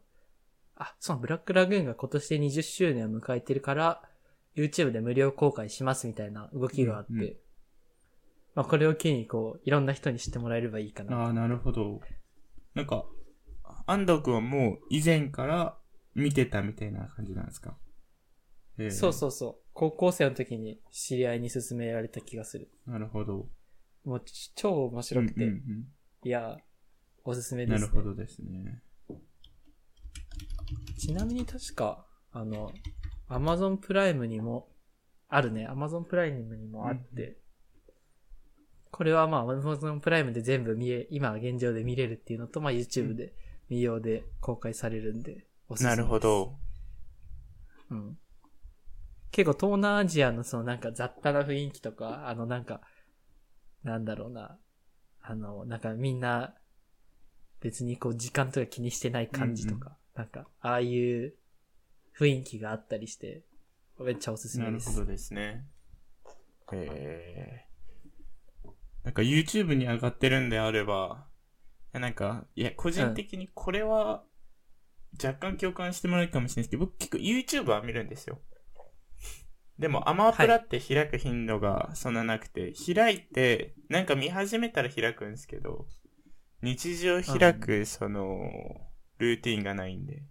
B: あ、そう、ブラックラグーンが今年で20周年を迎えてるから、YouTube で無料公開しますみたいな動きがあって、
A: うんうん
B: まあ、これを機に、こう、いろんな人に知ってもらえればいいかな。
A: ああ、なるほど。なんか、安藤くんはもう以前から見てたみたいな感じなんですか、ええ
B: そうそうそう。高校生の時に知り合いに勧められた気がする。
A: なるほど。
B: もう、ち超面白くて、
A: うんうん
B: いや、おすす
A: う
B: め
A: ん、な
B: です、
A: る
B: ね。
A: ほどですね。
B: ちなみに確か、あの、アマゾンプライムにも、あるね、アマゾンプライムにもあって、
A: うん
B: これはまあ、アマゾンプライムで全部見え、今現状で見れるっていうのと、まあ YouTube で、見ようで公開されるんで、おすすめ
A: な
B: です
A: るほ。ど。
B: うん。結構東南アジアのそのなんか雑多な雰囲気とか、あのなんか、なんだろうな、あの、なんかみんな別にこう時間とか気にしてない感じとか、なんかああいう雰囲気があったりして、めっちゃおすす
A: な
B: め
A: る
B: で
A: ほ
B: す
A: ど。ですね。へえ。なんか YouTube に上がってるんであれば、なんか、いや、個人的にこれは、若干共感してもらえるかもしれないですけど、僕結構 YouTube は見るんですよ。でも、アマプラって開く頻度がそんななくて、開いて、なんか見始めたら開くんですけど、日常開く、その、ルーティンがないんで。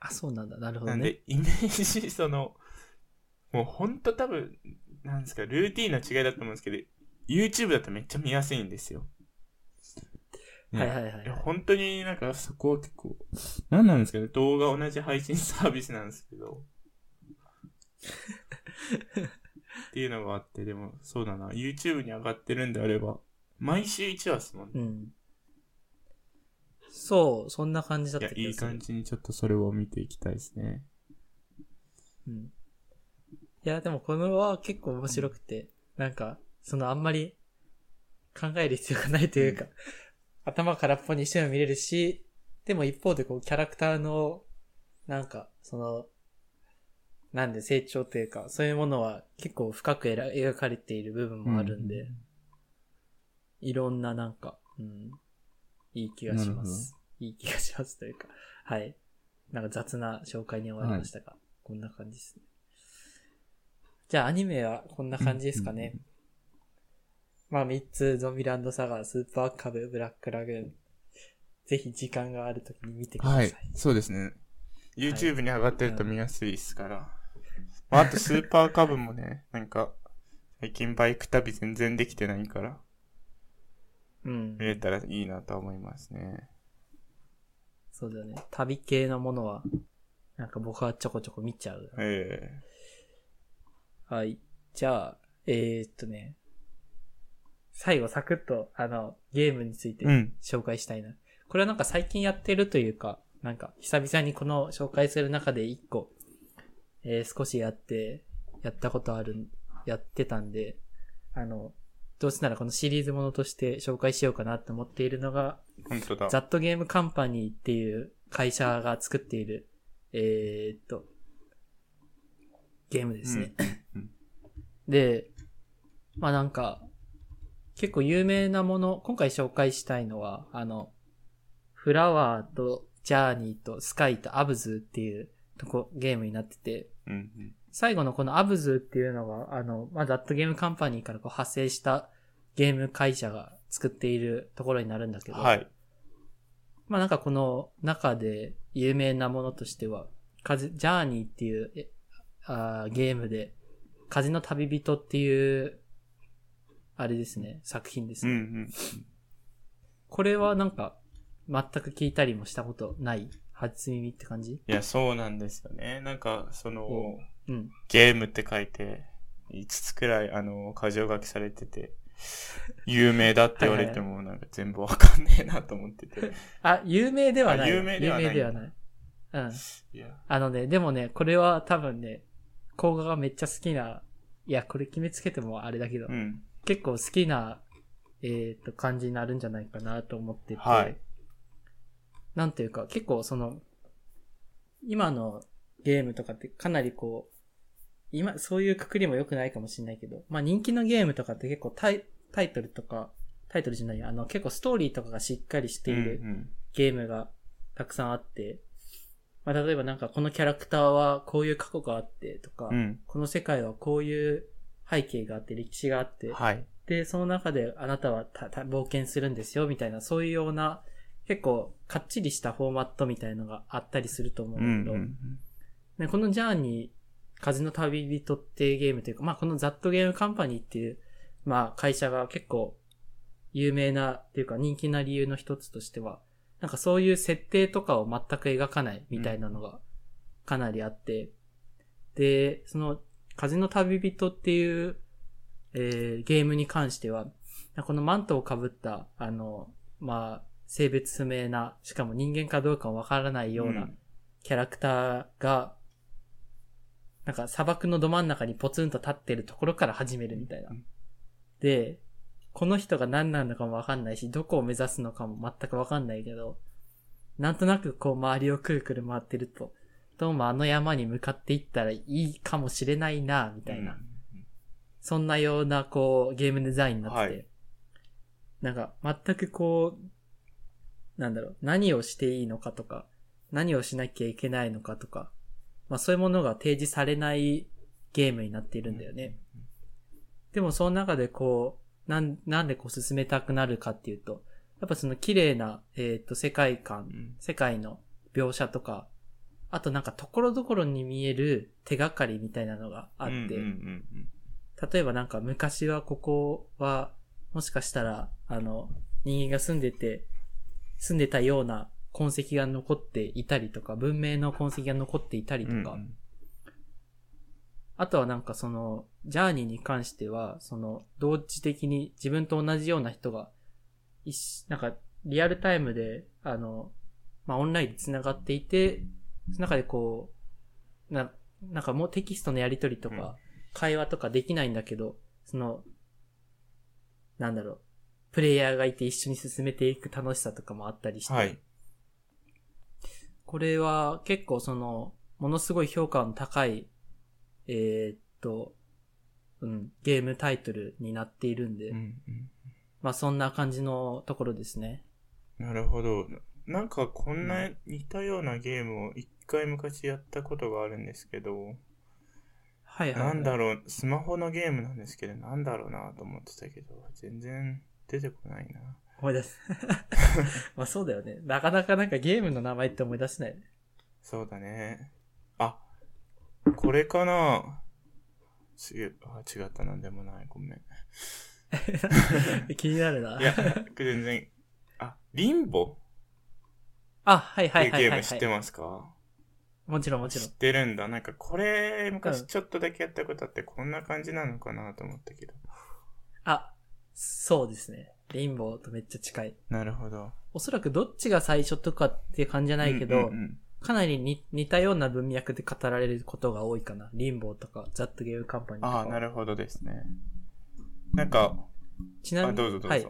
B: あ、そうなんだ。なるほど
A: なん
B: ね。
A: で、イメージ、その、もうほんと多分、なんですか、ルーティンの違いだと思うんですけど、YouTube だとめっちゃ見やすいんですよ。
B: はいはいはいはい
A: いや、本当になんかそこは結構、なんなんですかね、動画同じ配信サービスなんですけ ど。っていうのがあって、でもそうだな、YouTube に上がってるんであれば、毎週1話ですもんね。
B: うん。そう、そんな感じだっ
A: い
B: た
A: や、いい感
B: じ。
A: じにちょっとそれを見ていきたいですね。
B: うん。いや、でもこのは結構面白くて、なんか、そのあんまり考える必要がないというか、頭空っぽにしても見れるし、でも一方でこうキャラクターの、なんか、その、なんで成長というか、そういうものは結構深くえら描かれている部分もあるんで、
A: う
B: いろんななんか、うん、いい気がします。いい気がしますというか、はい。なんか雑な紹介に終わりましたが、こんな感じですね。じゃあアニメはこんな感じですかね。まあ3つ、ゾンビランドサガー、スーパーカブ、ブラックラグーン。ぜひ時間があるときに見てくださ。
A: はいい、そうですね。YouTube に上がってると見やすいですから。まあ、あとスーパーカブもね、 なんか、最近バイク旅全然できてないから、
B: うん
A: 見。れたらいいなとは思いますね。
B: そうだよね。旅系のものは、なんか僕はちょこちょこ見ちゃう。
A: え
B: はい。じゃあ、えー、っとね。最後、サクッと、あの、ゲームについ
A: え
B: て
A: うん。
B: 紹介したいな。これはなんか最近やってるというか、なんか久々にこの紹介する中で一個、えー少しやって、やったことある、やってたんで、あの、どうせならこのシリーズものとして紹介しようかなと思っているのが、
A: 本当だ。
B: ザットゲームカンパニーっていう会社が作っている、えーっと、ゲームですね。
A: うんうん
B: で、まあなんか、結構有名なもの、今回紹介したいのは、あの、フラワーとジャーニーとスカイとアブズっていうとこ、ゲームになってて、
A: うんうん。
B: 最後のこのアブズっていうのが、あの、まあ、ザットゲームカンパニーからこう派生したゲーム会社が作っているところになるんだけど、
A: はい。
B: まあなんかこの中で有名なものとしては、カジジャーニーっていうえあーゲームで、風の旅人っていう、あれですね、作品です
A: うん
B: ね。
A: うん。
B: これはなんか、全く聞いたりもしたことない、初耳って感じ
A: いや、そうなんですよね。なんか、その、
B: おうん。
A: ゲームって書いて、5つくらい、あの、箇条書きされてて、有名だって言われても、なんか全部わかんねえなと思ってて。
B: あ、有名ではない。
A: あ有名ではない
B: 有名ではない。うん。
A: いや、
B: あのね、でもね、これは多分ね、甲賀がめっちゃ好きな、いや、これ決めつけてもあれだけど、
A: うん。
B: 結構好きな、えー、と感じになるんじゃないかなと思ってて、
A: はい
B: なんていうか結構その今のゲームとかってかなりこう今そういうくくりも良くないかもしれないけど、まあ、人気のゲームとかって結構タイタイトルとかタイトルじゃないあの結構ストーリーとかがしっかりしている
A: うんうん
B: ゲームがたくさんあって、まあ、例えばなんかこのキャラクターはこういう過去があってとか、
A: うん。
B: この世界はこういう背景があって歴史があって、
A: はい。
B: で、その中であなたはたた冒険するんですよ、みたいな、そういうような、結構、かっちりしたフォーマットみたいのがあったりすると思う
A: うん
B: だ
A: んう
B: けど、
A: ん。
B: ねこのジャーニー、風の旅人っていうゲームというか、まあ、このザットゲームカンパニーっていう、まあ、会社が結構、有名な、っていうか人気な理由の一つとしては、なんかそういう設定とかを全く描かないみたいなのが、かなりあって、で、その、風の旅人っていう、えーゲームに関しては、このマントをかぶった、あの、まあ、性別不明な、しかも人間かどうかもわからないような
A: うん
B: キャラクターが、なんか砂漠のど真ん中にポツンと立ってるところから始めるみたいな
A: うん。
B: で、この人が何なのかもわかんないし、どこを目指すのかも全くわかんないけど、なんとなくこう周りをくるくる回ってると、どうもあの山に向かっていったらいいかもしれないな、みたいな。
A: うん
B: そんなような、こう、ゲームデザインになってて。
A: はい
B: なんか、全くこう、なんだろう、何をしていいのかとか、何をしなきゃいけないのかとか、まあそういうものが提示されないゲームになっているんだよね。でもその中でこう、なん、なんでこう進めたくなるかっていうと、やっぱその綺麗な、えっ、と、世界
A: う
B: 観、
A: ん
B: 世界の描写とか、あとなんかところどころに見える手がかりみたいなのがあって、
A: うんうんうんうん
B: 例えばなんか昔はここは、もしかしたら、あの、人間が住んでて、住んでたような痕跡が残っていたりとか、文明の痕跡が残っていたりとか、
A: うんうん
B: あとはなんかその、ジャーニーに関しては、その、同時的に自分と同じような人が、一し、なんか、リアルタイムで、あの、まあ、オンラインで繋がっていて、その中でこう、な、なんかもうテキストのやりとりと
A: うん
B: か、会話とかできないんだけど、その、なんだろう、プレイヤーがいて一緒に進めていく楽しさとかもあったりして、
A: はい。
B: これは結構その、ものすごい評価の高い、えーっと、うん、ゲームタイトルになっているんで、
A: うんうん
B: まあそんな感じのところですね。
A: なるほど。なんかこんな似たようなゲームを一回昔やったことがあるんですけど、
B: はいはい、は。
A: ないんだろう、スマホのゲームなんですけど、なんだろうなと思ってたけど、全然出てこないな。
B: 思 い出す。まあそうだよね。なかなかなんかゲームの名前って思い出せないよね。
A: そうだね。あ、これかなすげえ、あ、違った、なんでもない、ごめん。
B: 気になるな。
A: い や、全然、あ、リンボ
B: あ、はい
A: っ
B: は
A: てい
B: いうはい
A: ゲ
B: は
A: ー
B: い、
A: ム知って
B: はい。
A: ますか
B: もちろんも
A: 知
B: ちろん
A: っ。てるんだ。なんかこれ、
B: う
A: 昔
B: ん
A: ちょっとだけやったことあって、こんな感じなのかなと思ったけど。
B: あ、そうですね。レインボーとめっちゃ近い。
A: なるほど。
B: おそらくどっちが最初とかっていう感じじゃないけ
A: うん
B: ど、
A: うんうん
B: かなりに似たような文脈で語られることが多いかな。リンボーとか、ザットゲームカンパニーとか。
A: ああ、なるほどですね。なんか、
B: ちなみ
A: あ、
B: に、
A: どうぞどうぞ。
B: はい。い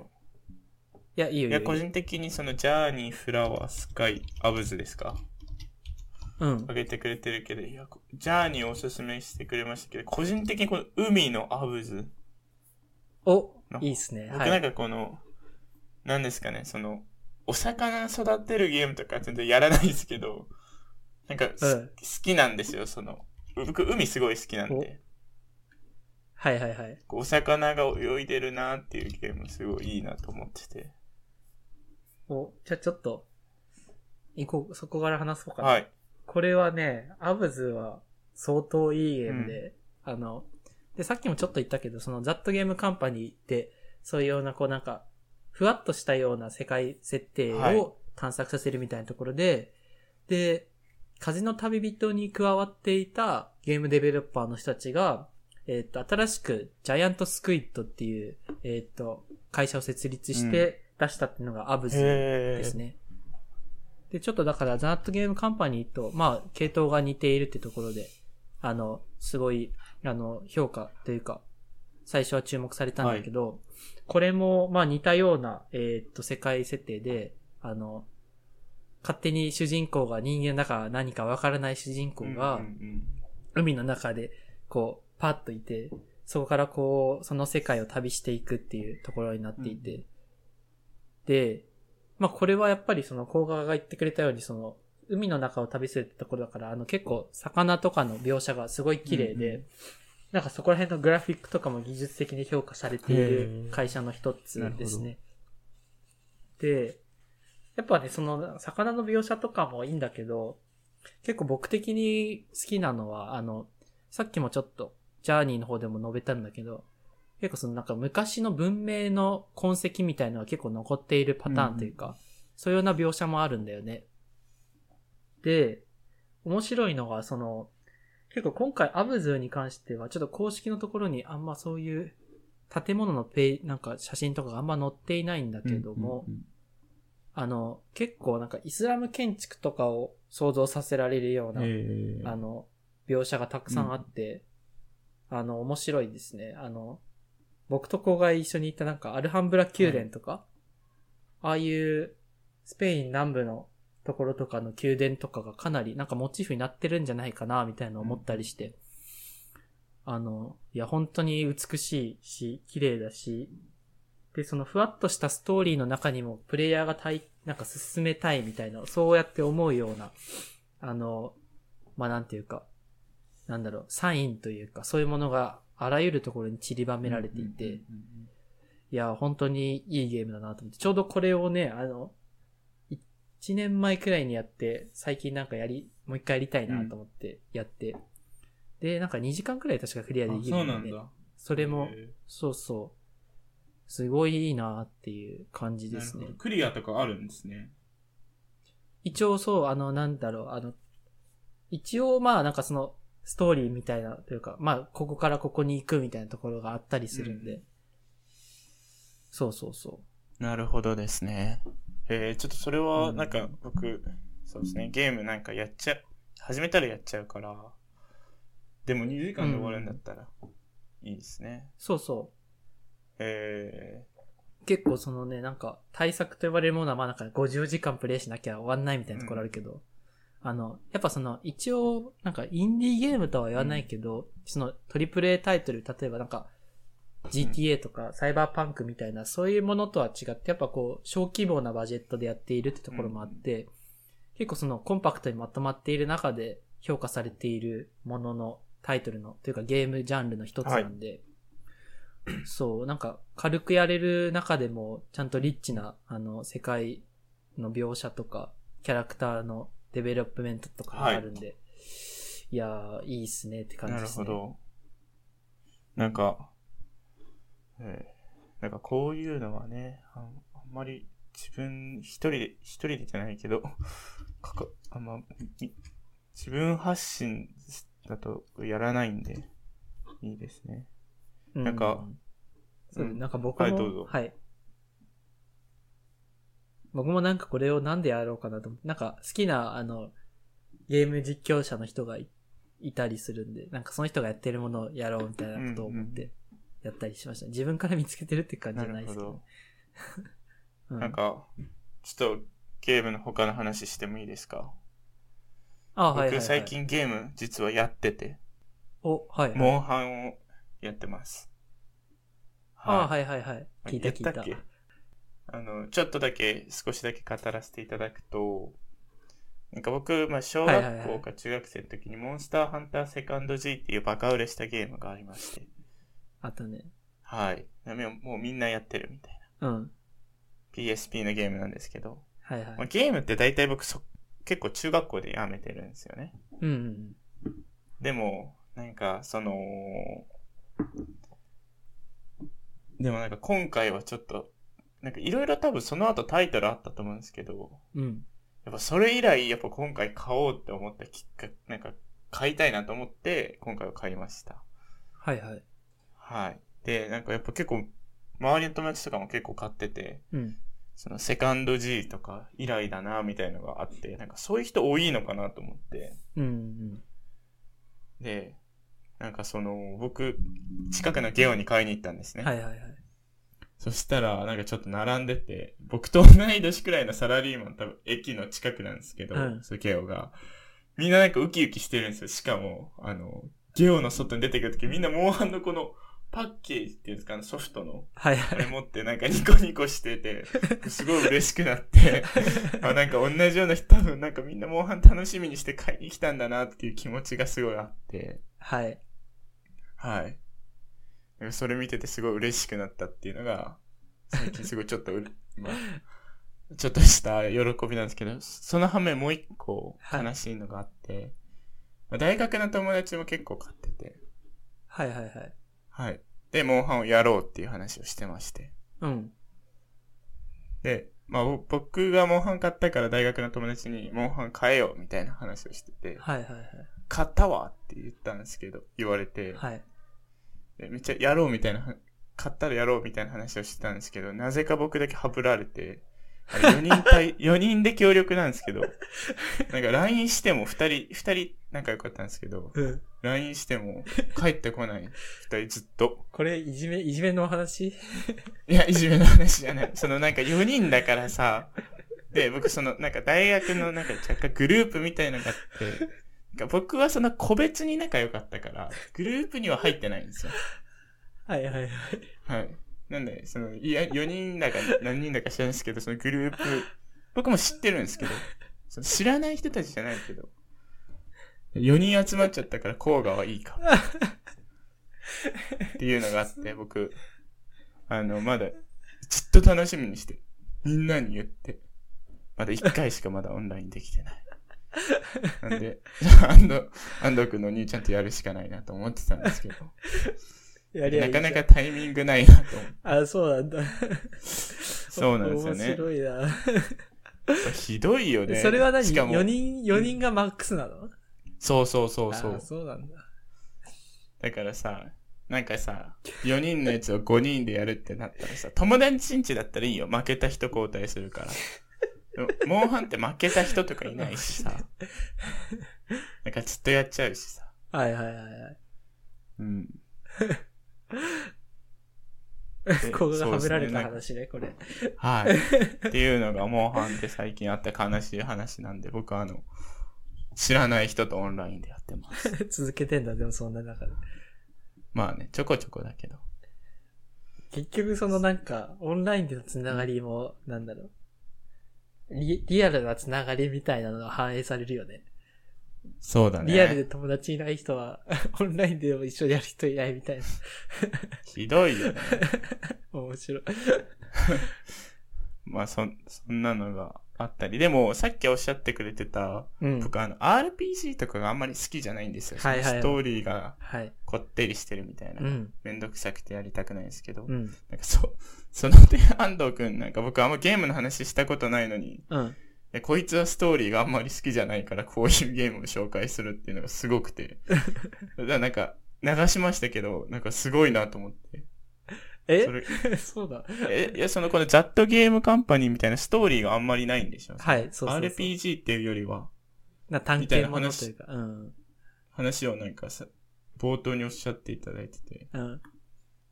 B: や、いいよい
A: い
B: いよ。
A: や、個人的にその、ジャーニー、フラワー、スカイ、アブズですか
B: うん
A: あ。げてくれてるけど、いや、こジャーニーおすすめしてくれましたけど、個人的にこの海のアブズ。
B: お
A: な、
B: いいっすね。
A: 僕
B: は
A: なん
B: い。
A: かこの、なんですかね、その、お魚育てるゲームとか全然やらないですけど、なんかす、
B: うん
A: 好きなんですよ、その、う僕海すごい好きなんで、
B: はいはいはい。
A: こうお魚が泳いでるなっていうゲームすごいいいなと思ってて。
B: お、じゃあちょっと、行こう、そこから話そうかな。
A: はい。
B: これはね、アブズは相当いいゲームで、あの、で、さっきもちょっと言ったけど、そのザットゲームカンパニーって、そういうような、こうなんか、ふわっとしたような世界設定
A: はい
B: を探索させるみたいなところで、で、風の旅人に加わっていたゲームデベロッパーの人たちが、えっ、と、新しくジャイアントスクイッドっていう、えっ、と、会社を設立して出したっていうのがアブズ
A: へ
B: です
A: ー。
B: ね。で、ちょっとだから、ザナットゲームカンパニーと、まあ、系統が似ているってところで、あの、すごい、あの、評価というか、最初は注目されたんだけど、これも、まあ似たような、えーっと、世界設定で、あの、勝手に主人公が人間だから何かわからない主人公が、
A: うんうん
B: 海の中で、こう、パッといて、そこからこう、その世界を旅していくっていうところになっていて。で、まあこれはやっぱりその、甲賀が言ってくれたように、その、海の中を旅するってところだから、あの結構、魚とかの描写がすごい綺麗で、
A: うんうん
B: なんかそこら辺のグラフィックとかも技術的に評価されている会社の一つですね。で、やっぱね、その、魚の描写とかもいいんだけど、結構僕的に好きなのは、あの、さっきもちょっと、ジャーニーの方でも述べたんだけど、結構そのなんか昔の文明の痕跡みたいのが結構残っているパターンというか、そういうような描写もあるんだよね。で、面白いのが、その、結構今回アブズーに関しては、ちょっと公式のところにあんまそういう建物のペイなんか写真とかがあんま載っていないんだけども、
A: うんうん
B: あの、結構なんかイスラム建築とかを想像させられるような、
A: うん
B: あの、描写がたくさんあって、あの、面白いですね。あの、僕と子が一緒に行ったなんかアルハンブラ宮殿とか、ああいうスペイン南部のところとかの宮殿とかがかなりなんかモチーフになってるんじゃないかな、みたいなのを思ったりして、あの、いや、本当に美しいし、綺麗だし、で、そのふわっとしたストーリーの中にも、プレイヤーがたい、なんか進めたいみたいな、そうやって思うような、あの、まあ、なんていうか、なんだろう、サインというか、そういうものがあらゆるところに散りばめられていて、
A: うんうんうん
B: いや、本当にいいゲームだなと思って、ちょうどこれをね、あの、1年前くらいにやって、最近なんかやり、もう一回やりたいなと思ってやって、で、なんか2時間くらい確かクリアで
A: うん
B: き
A: あそ
B: る
A: うな
B: の
A: ん
B: で、
A: だ。
B: それも
A: へ、ー
B: そうそう、すごいいいなっていう感じです
A: なる
B: ね
A: ほ。どクリアとかあるんですね。
B: 一応そう、あの、なんだろう、あの、一応まあなんかその、ストーリーみたいなというか、まあ、ここからここに行くみたいなところがあったりするんで、
A: うん
B: そうそうそう。
A: なるほどですね。えー、ちょっとそれ
B: う
A: は、
B: ん
A: なんか僕、そうですね、ゲームなんかやっちゃ、始めたらやっちゃうから、でも2時間で終わるんだったら、いいですね。
B: そうそう。
A: え
B: 結構そのね、なんか対策と呼ばれるものはまあなんか50時間プレイしなきゃ終わんないみたいなところあるけど、あの、やっぱその一応なんかインディーゲームとは言わないけど、そのトリプル A タイトル、例えばなんか GTA とかサイバーパンクみたいなそういうものとは違ってやっぱこう小規模なバジェットでやっているってところもあって、結構そのコンパクトにまとまっている中で評価されているもののタイトルのというかゲームジャンルの一つなんで、そう、なんか軽くやれる中でも、ちゃんとリッチな、あの、世界の描写とか、キャラクターのデベロップメントとかがあるんで、い、やー、いいっすねって
A: ー、
B: 感じ
A: な
B: で
A: る
B: す
A: ほ
B: ね。
A: ど。なんか、えー、なんかこういうのはね、あんあんまり自分一人で、一人でじゃないけど、 かかあんま、み自分発信だとやらないんで、いいですね。
B: う
A: なんか、
B: そう
A: うん
B: なんか僕も、
A: はいどうぞ
B: はい僕もなんかこれをなんでやろうかなと思って、なんか好きな、あの、ゲーム実況者の人がいいたりするんで、なんかその人がやってるものをやろうみたいなことを思っ
A: うん
B: て、やったりしました。自分から見つけてるって感じ
A: な
B: じゃない
A: る
B: で
A: ほ
B: すけど。
A: ど。
B: う
A: なんか、ちょっとゲームの他の話してもいいですか
B: あ、はいはい、は
A: 僕
B: い。
A: 最。近ゲーム実はやってて、
B: お、はい、はい。
A: モンハンをやってます。
B: あ
A: はい
B: はいはいはい。聞いた
A: やっ
B: 聞い。
A: ったけあの、ちょっとだけ、少しだけ語らせていただくと、なんか僕、まあ、小
B: はいはい
A: 学
B: は
A: 校
B: い
A: か中学生の時に、モンスターハンターセカンド G っていうバカ売れしたゲームがありまして、
B: あとね。
A: はい。もうもうみんなやってるみたいな。
B: うん。
A: PSP のゲームなんですけど、
B: はい
A: ま
B: は
A: あ、
B: い。
A: ゲームって大体僕そ、結構中学校でやめてるんですよね。
B: うんうん
A: でも、なんか、その、でもなんか今回はちょっと、なんかいろいろ多分その後タイトルあったと思うんですけど、
B: うん。うん。
A: やっぱそれ以来、やっぱ今回買おうって思ったきっかけ、なんか買いたいなと思って、今回は買いました。
B: はいはい。
A: はい。で、なんかやっぱ結構、周りの友達とかも結構買ってて、
B: うん。
A: そのセカンド G とか以来だな、みたいのがあって、なんかそういう人多いのかなと思って、
B: うんうん。
A: で、なんかその、僕、近くのゲオに買いに行ったんですね。
B: はいはいはい。
A: そしたら、なんかちょっと並んでて、僕と同い年くらいのサラリーマン、多分駅の近くなんですけど、
B: うん
A: そうゲオが。みんななんかウキウキしてるんですよ。しかも、あの、ゲオの外に出てくるとき、みんなモンハンのこのパッケージっていうんですか、あのソフトの、
B: はい
A: あ
B: は
A: れ
B: い。
A: 持ってなんかニコニコしてて、すごい嬉しくなって、あ、なんか同じような人、多分なんかみんなモンハン楽しみにして買いに来たんだなっていう気持ちがすごいあって、
B: はい。
A: はい。なんかそれ見ててすごい嬉しくなったっていうのが、最近すごいちょっとう、まあちょっとした喜びなんですけど、その反面もう一個
B: はい
A: 悲しいのがあって、まあ大学の友達も結構買ってて、
B: はいはいはい。
A: はい。で、モンハンをやろうっていう話をしてまして。
B: うん。
A: で、まあぼ僕がモンハン買ったから大学の友達にモンハン買えよみたいな話をしてて、
B: はいはい
A: 買ったわって言ったんですけど、言われて、
B: はい。はい。
A: でめっちゃやろうみたいなは、買ったらやろうみたいな話をしてたんですけど、なぜか僕だけハブられて、4人対、4人で協力なんですけど、なんか LINE しても2人、2人仲良かったんですけど、
B: うん。
A: LINE しても帰ってこない。2人ずっと。
B: これ、いじめ、いじめのお話
A: いや、いじめの話じゃない。そのなんか4人だからさ、で、僕そのなんか大学のなんか若干グループみたいのがあって、なんか僕はその個別に仲良かったから、グループには入ってないんですよ。
B: はいはいはい。
A: はい。なんで、その、いや、4人 だか何人だか知らないですけど、そのグループ、僕も知ってるんですけど、その知らない人たちじゃないけど、4人集まっちゃったから、甲賀はいいか。っていうのがあっ て、僕、あの、まだ、ずっと楽しみにして、みんなに言って、まだ1回しかまだオンラインできて ない。なんで、安藤、安藤くんのお兄ちゃんとやるしかないなと思ってたんですけど、
B: やりゃ
A: な
B: い
A: い
B: じゃ
A: か
B: ん
A: なかタイミングないなと思って。
B: あ、そうなんだ。
A: そうなんですよね
B: 面白いな。
A: ひどいよね。
B: それは何
A: しかも
B: ?4 人、四人がマックスなの、
A: そうそうそうそ
B: あ
A: う。
B: そうなんだ。
A: だからさ、なんかさ、4人のやつを5人でやるってなったらさ、友達んちだったらいいよ。負けた人交代するから。 でもモンハンって負けた人とかいないし さ。なんかずっとやっちゃうしさ。
B: はいはいはいはい。
A: うん。
B: ここがはめられた
A: そうで
B: 話ね、これ。
A: はい。っていうのがモンハンで最近あった悲しい話なんで、僕はあの、知らない人とオンラインでやってます。
B: 続けてんだ、でもそんな中で。
A: まあね、ちょこちょこだけど。
B: 結局そのなんか、オンラインでのつながりも、なんだろう。リリアルなつながりみたいなのが反映されるよね。
A: そうだね。
B: リアルで友達いない人は、 オンラインでも一緒にやる人いないみたいな。
A: ひどいよね。
B: 面白い。
A: まあそん、そんなのがあったり。でも、さっきおっしゃってくれてた、
B: うん。
A: 僕あの、RPG とかがあんまり好きじゃないんですよ。
B: はいはい
A: そのストーリーが
B: はい。
A: こってりしてるみたいな。
B: うん。
A: めんどくさくてやりたくないんですけど。
B: うん。
A: なんかそう、 その点安藤くんなんか僕あんまゲームの話したことないのに、
B: うん。
A: でこいつはストーリーがあんまり好きじゃないから、こういうゲームを紹介するっていうのがすごく て。だからなんか、流しましたけど、なんかすごいなと思って。
B: え
A: それ
B: そうだ。
A: え、いや、そのこのザットゲームカンパニーみたいなストーリーがあんまりないんでしょ
B: はい、そうそうそう。
A: RPG っていうよりは、
B: な探検ものというか、うん。
A: 話をなんかさ、冒頭におっしゃっていただいてて、
B: うん。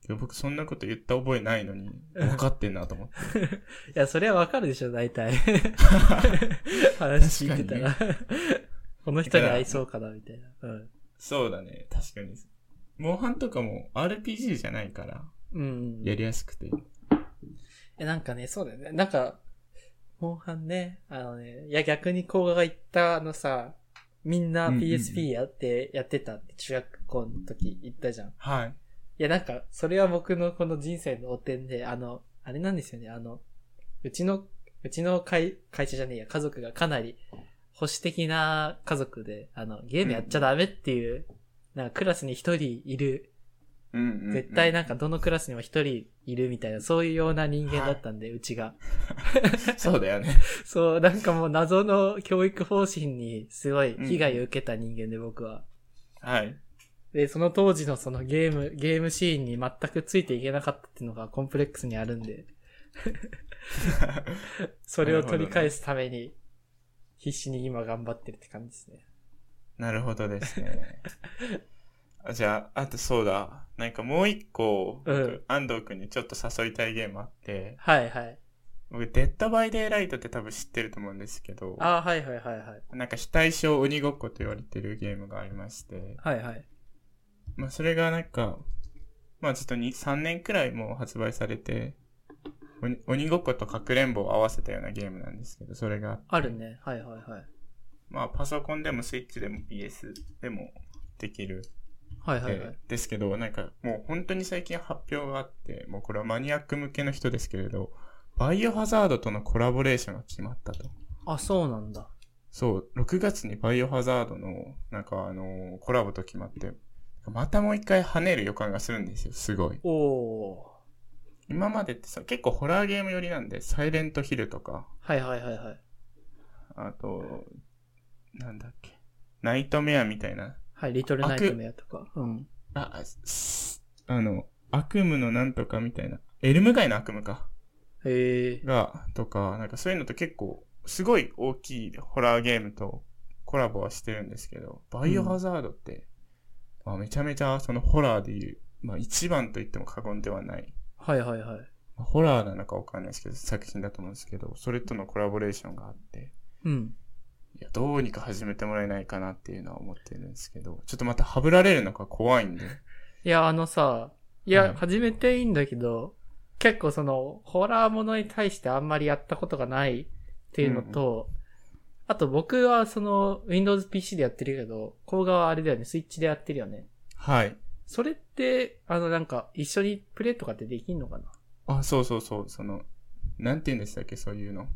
A: いや僕そんなこと言った覚えないの に、
B: うん
A: 分かってんなと思って。
B: いや、それはわかるでしょ、大体。 話聞いてたら。 この人に合いそうかな、みたいな。うん。
A: そうだね、確かに。モンハンとかも RPG じゃないから、
B: うん。
A: やりやすくて。
B: え、なんかね、そうだよね。なんか、モンハンね、あのね、いや、逆に甲賀が言ったあのさ、みんな
A: うんうんうん
B: PSP やって、やってたって中学校の時言ったじゃん。い
A: はい。
B: や、なんか、それは僕のこの人生の汚点で、あの、あれなんですよね、あの、うちの、うちの会、会社じゃねえや、家族がかなり保守的な家族で、あの、ゲームやっちゃダメっていう、なんかクラスに一人いる
A: うんうんうん
B: 絶対なんかどのクラスにも一人いるみたいな、そういうような人間だったんで、うちが。
A: そうだよね。
B: そう、なんかもう謎の教育方針にすごい被害を受けた人間で僕は。
A: はい。
B: で、その当時のそのゲーム、ゲームシーンに全くついていけなかったっていうのがコンプレックスにあるんで、それを取り返すために必死に今頑張ってるって感じですね。
A: なるほどですね。 あじゃあ、あとそうだ。なんかもう一個、
B: うん
A: 安藤くんにちょっと誘いたいゲームあって、
B: はいはい。
A: 僕、デッドバイデイライトって多分知ってると思うんですけど、
B: ああ、はいはいはいはい。
A: なんか非対称鬼ごっこと言われてるゲームがありまして、
B: はいはい。
A: まあそれがなんか、まあちょっとに3年くらいもう発売されて、鬼鬼ごっことかくれんぼを合わせたようなゲームなんですけど、それが、
B: あるね。はいはいはい。
A: まあパソコンでもスイッチでも PS でもできる
B: はいはい
A: で
B: はい。
A: ですけど、なんかもう本当に最近発表があって、もうこれはマニアック向けの人ですけれど、バイオハザードとのコラボレーションが決まったと。
B: あ、そうなんだ。
A: そう、6月にバイオハザードの、なんかあのーコラボと決まって、またもう一回跳ねる予感がするんですよ、すごい。
B: おー。
A: 今までってさ、結構ホラーゲーム寄りなんで、サイレントヒルとか、
B: はいはいはいはい。
A: あと、なんだっけ、ナイトメアみたいな、
B: はい、リトルナイトメアとか。うん。
A: あ、あすあの、悪夢のなんとかみたいな、エルム街の悪夢か、
B: へえ。
A: が、とか、なんかそういうのと結構、すごい大きいホラーゲームとコラボはしてるんですけど、バイオハザードって、まあ、めちゃめちゃそのホラーでいう、まあ一番と言っても過言ではない、
B: はいはいはい。
A: まあホラーなのかわかんないですけど、作品だと思うんですけど、それとのコラボレーションがあって、
B: うん。
A: いや、どうにか始めてもらえないかなっていうのは思ってるんですけど、ちょっとまたハブられるのが怖いんで。
B: いや、あのさ、いや、
A: はい
B: 始めていいんだけど、結構その、ホラーものに対してあんまりやったことがないっていうのと、あと僕はその、Windows PC でやってるけど、甲賀はあれだよね、スイッチでやってるよね。
A: はい。
B: それって、あのなんか、一緒にプレイとかってできんのかな
A: あ、そうそうそう、その、なんて言うんでしたっけ、そういうの。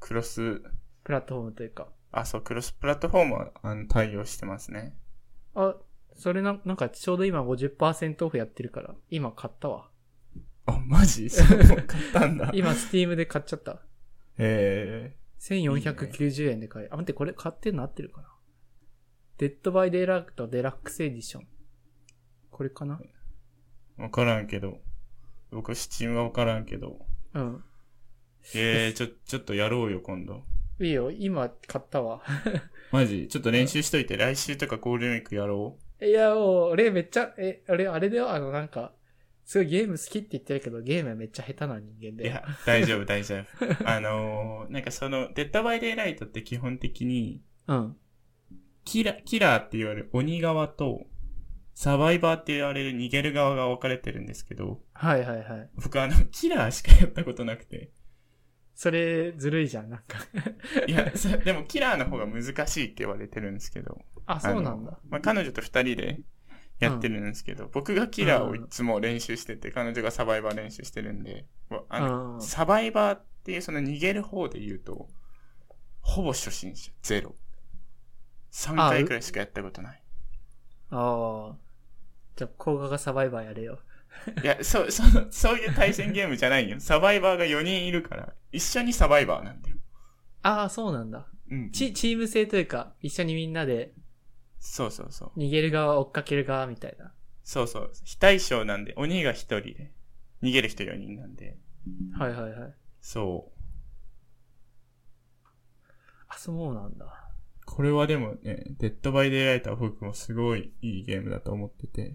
A: クロス、
B: プラットフォームというか。
A: あ、そう、クロスプラットフォームはあの対応してますね。
B: あ、それな、なんかちょうど今50%オフやってるから、今買ったわ。
A: あ、マジ そう、買ったんだ。
B: 今、Steam で買っちゃった。
A: え
B: 1490円で買え。あ、待って、これ買ってんの合ってるかなデッドバイデイラクトデラックスエディション。これかな
A: ー、わからんけど。僕、スチームはわからんけど。
B: うん。
A: えー、ちょ、ちょっとやろうよ、今度。
B: いいよ、今買ったわ。
A: マジちょっと練習しといて、来週とかゴールデンウィークやろう。
B: いや、もう、俺めっちゃ、え、俺、あれだよ、あの、なんか、すごいゲーム好きって言ってるけど、ゲームはめっちゃ下手な人間
A: い
B: で。
A: や、大丈夫、大丈夫。 あのー、なんかその、デッドバイデイライトって基本的に、
B: うん。
A: キラ、キラーって言われる鬼側と、サバイバーって言われる逃げる側が分かれてるんですけど、
B: はいはいはい。
A: 僕あの、キラーしかやったことなくて。
B: それ、ずるいじゃん、なん か。
A: いや、さでもキラーの方が難しいって言われてるんですけど。
B: あ、そうなん
A: あ
B: だ
A: の。。まあ、彼女と二人でやってるんですけど、僕がキラーをいつも練習してて、彼女がサバイバー練習してるんで、わあの
B: うん。
A: サバイバーっていうその逃げる方で言うと、ほぼ初心者、ゼロ。3
B: あ
A: 回
B: う
A: くらいしかやったことない。
B: ああ。じゃあ、甲賀がサバイバーやれよ。
A: いや、そう、その、そういう対戦ゲームじゃないよ。サバイバーが4人いるから、一緒にサバイバーなんだよ。
B: ああ、そうなんだ。
A: うん。
B: チ、チーム制というか、一緒にみんなで、
A: そうそうそう。
B: 逃げる側、追っかける側みたいな。
A: そうそう。非対称なんで、鬼が1人で、逃げる人4人なんで、
B: はいはいはい。
A: そう。
B: あ、そうなんだ。
A: これはでもね、デッドバイデイライトは僕もすごいいいゲームだと思ってて。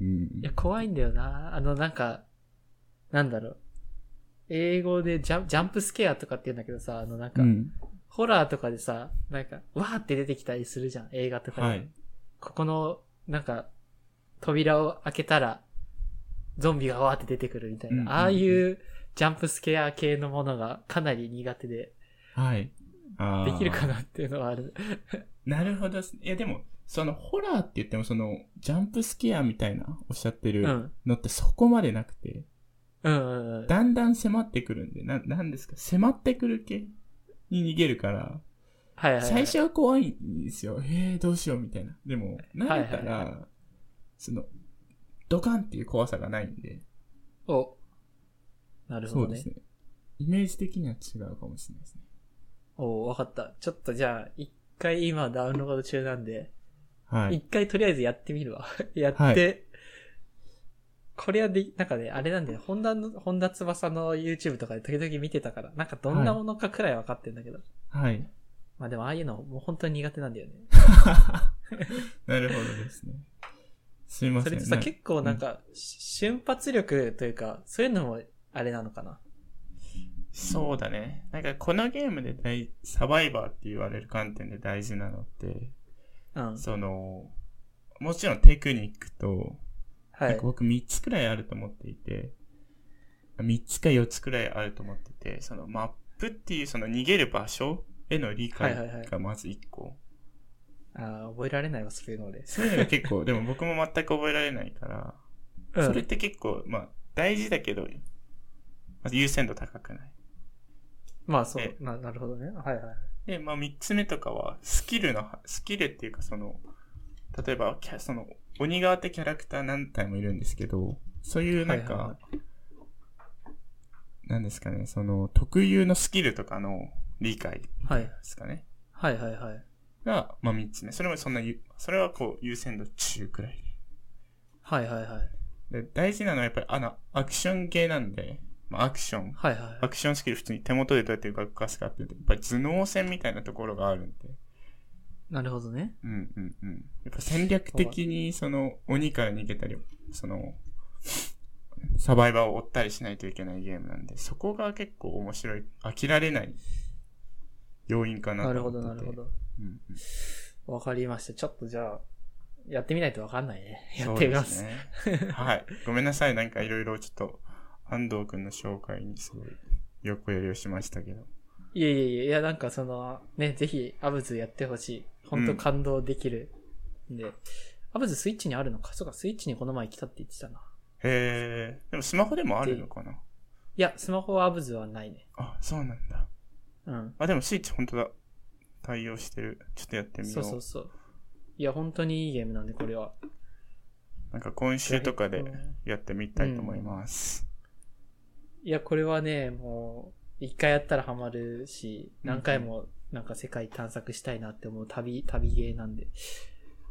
A: うん。
B: いや、怖いんだよな。あの、なんか、なんだろう。英語でジャンジャンプスケアとかって言うんだけどさ、あの、なんか、
A: うん。
B: ホラーとかでさ、なんか、わーって出てきたりするじゃん、映画とかで。
A: はい。
B: ここの、なんか、扉を開けたら、ゾンビがわーって出てくるみたいな。
A: うんうんうん
B: ああいうジャンプスケア系のものがかなり苦手で、
A: はい。あー
B: できるかなっていうのはある。
A: なるほどっす。いやでも、そのホラーって言ってもその、ジャンプスケアみたいなおっしゃって
B: う
A: る
B: ん。
A: のってそこまでなくて、
B: うんうんうん。
A: だんだん迫ってくるんで、な、なんですか迫ってくる系に逃げるから、
B: はいはい、はい。
A: 最初は怖いんですよ。えー、どうしようみたいな。でも、慣れたら、
B: はい
A: その、ドカンっていう怖さがないんで、
B: お。なるほ
A: そ
B: ど
A: うで
B: ね
A: す。ね。イメージ的には違うかもしれないですね。
B: おわかった。ちょっとじゃあ、一回今ダウンロード中なんで、
A: は
B: 一、
A: い。
B: 回とりあえずやってみるわ。 やって、
A: は
B: これはで、なんかね、あれなんだよ、本田の、本田翼の YouTube とかで時々見てたから、なんかどんなものかくらい分かってんだけど。
A: はい。
B: まあでもああいうのもう本当に苦手なんだよね。
A: なるほどですね。すいま
B: そ
A: せん。
B: れってさ、
A: な
B: 結構なんか、瞬発力というか、そういうのもあれなのかな。
A: そうだね。なんか、このゲームで大、サバイバーって言われる観点で大事なのって、
B: うん。
A: その、もちろんテクニックと、
B: は
A: なん
B: い
A: か。僕3つくらいあると思っていて、3つか4つくらいあると思ってて、そのマップっていうその逃げる場所への理解
B: はいはいはい
A: がまず1個。
B: ああ、覚えられないわ、そういうので。
A: そういうのが結 構、でも僕も全く覚えられないから、
B: うん
A: それって結構、まあ大事だけど、まず優先度高くない。
B: まあそう
A: え、
B: ななるほどね。はいはい。
A: で、まあ3つ目とかは、スキルの、スキルっていうかその、例えばキャ、その、鬼側ってキャラクター何体もいるんですけど、そういうなんか、
B: はいはいは
A: なんですかね、その、特有のスキルとかの理解
B: はい。
A: ですかね。
B: はいはいはい。
A: が、まあ3つ目。それもそんなゆ、それはこう、優先度中くらい
B: はいはいはい。
A: で。で大事なのはやっぱり、あの、アクション系なんで、まあアクション。
B: はいはい
A: ア。クションスキル普通に手元でどうやって動かすかっていうと、やっぱり頭脳戦みたいなところがあるんで。
B: なるほどね。
A: うんうんうん。やっぱ戦略的に、その、鬼から逃げたり、その、サバイバーを追ったりしないといけないゲームなんで、そこが結構面白い、飽きられない要因かな
B: なる
A: と
B: ほ
A: 思
B: ど、
A: ってて。
B: なるほど。
A: うんうん。
B: わかりました。ちょっとじゃあ、やってみないとわかんないね。やってみます。
A: そうですね。はい。ごめんなさい。なんかいろいろちょっと安藤くんの紹介にすごい横やりをしましたけど。
B: いやいやいや、いやなんかその、ね、ぜひ、アブズやってほしい。ほんと感動できる。んで、アブズスイッチにあるのかそうか、スイッチにこの前来たって言ってたな。
A: へえ。でもスマホでもあるのかない
B: や、スマホはアブズはないね。
A: あ、そうなんだ。
B: うん。
A: あ、でもスイッチ本当だ。対応してる。ちょっとやってみよ。
B: そううそうそう。いや、本当にいいゲームなんで、これは。
A: なんか今週とかでやってみたいと思います。
B: いや、これはね、もう、一回やったらハマるし、
A: うん
B: 何回もなんか世界探索したいなって思う旅、旅ゲーなんで。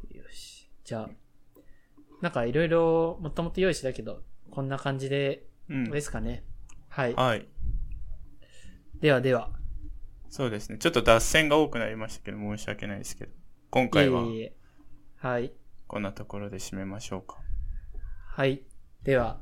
B: よし。じゃあ、なんかいろいろ、もともと用意してたけど、こんな感じで、
A: うん。
B: ですかね。はい。
A: はい。
B: ではでは。
A: そうですね。ちょっと脱線が多くなりましたけど、申し訳ないですけど。今
B: い
A: 回
B: え
A: はい
B: えいえ。はい。
A: こんなところで締めましょうか。
B: はい。では、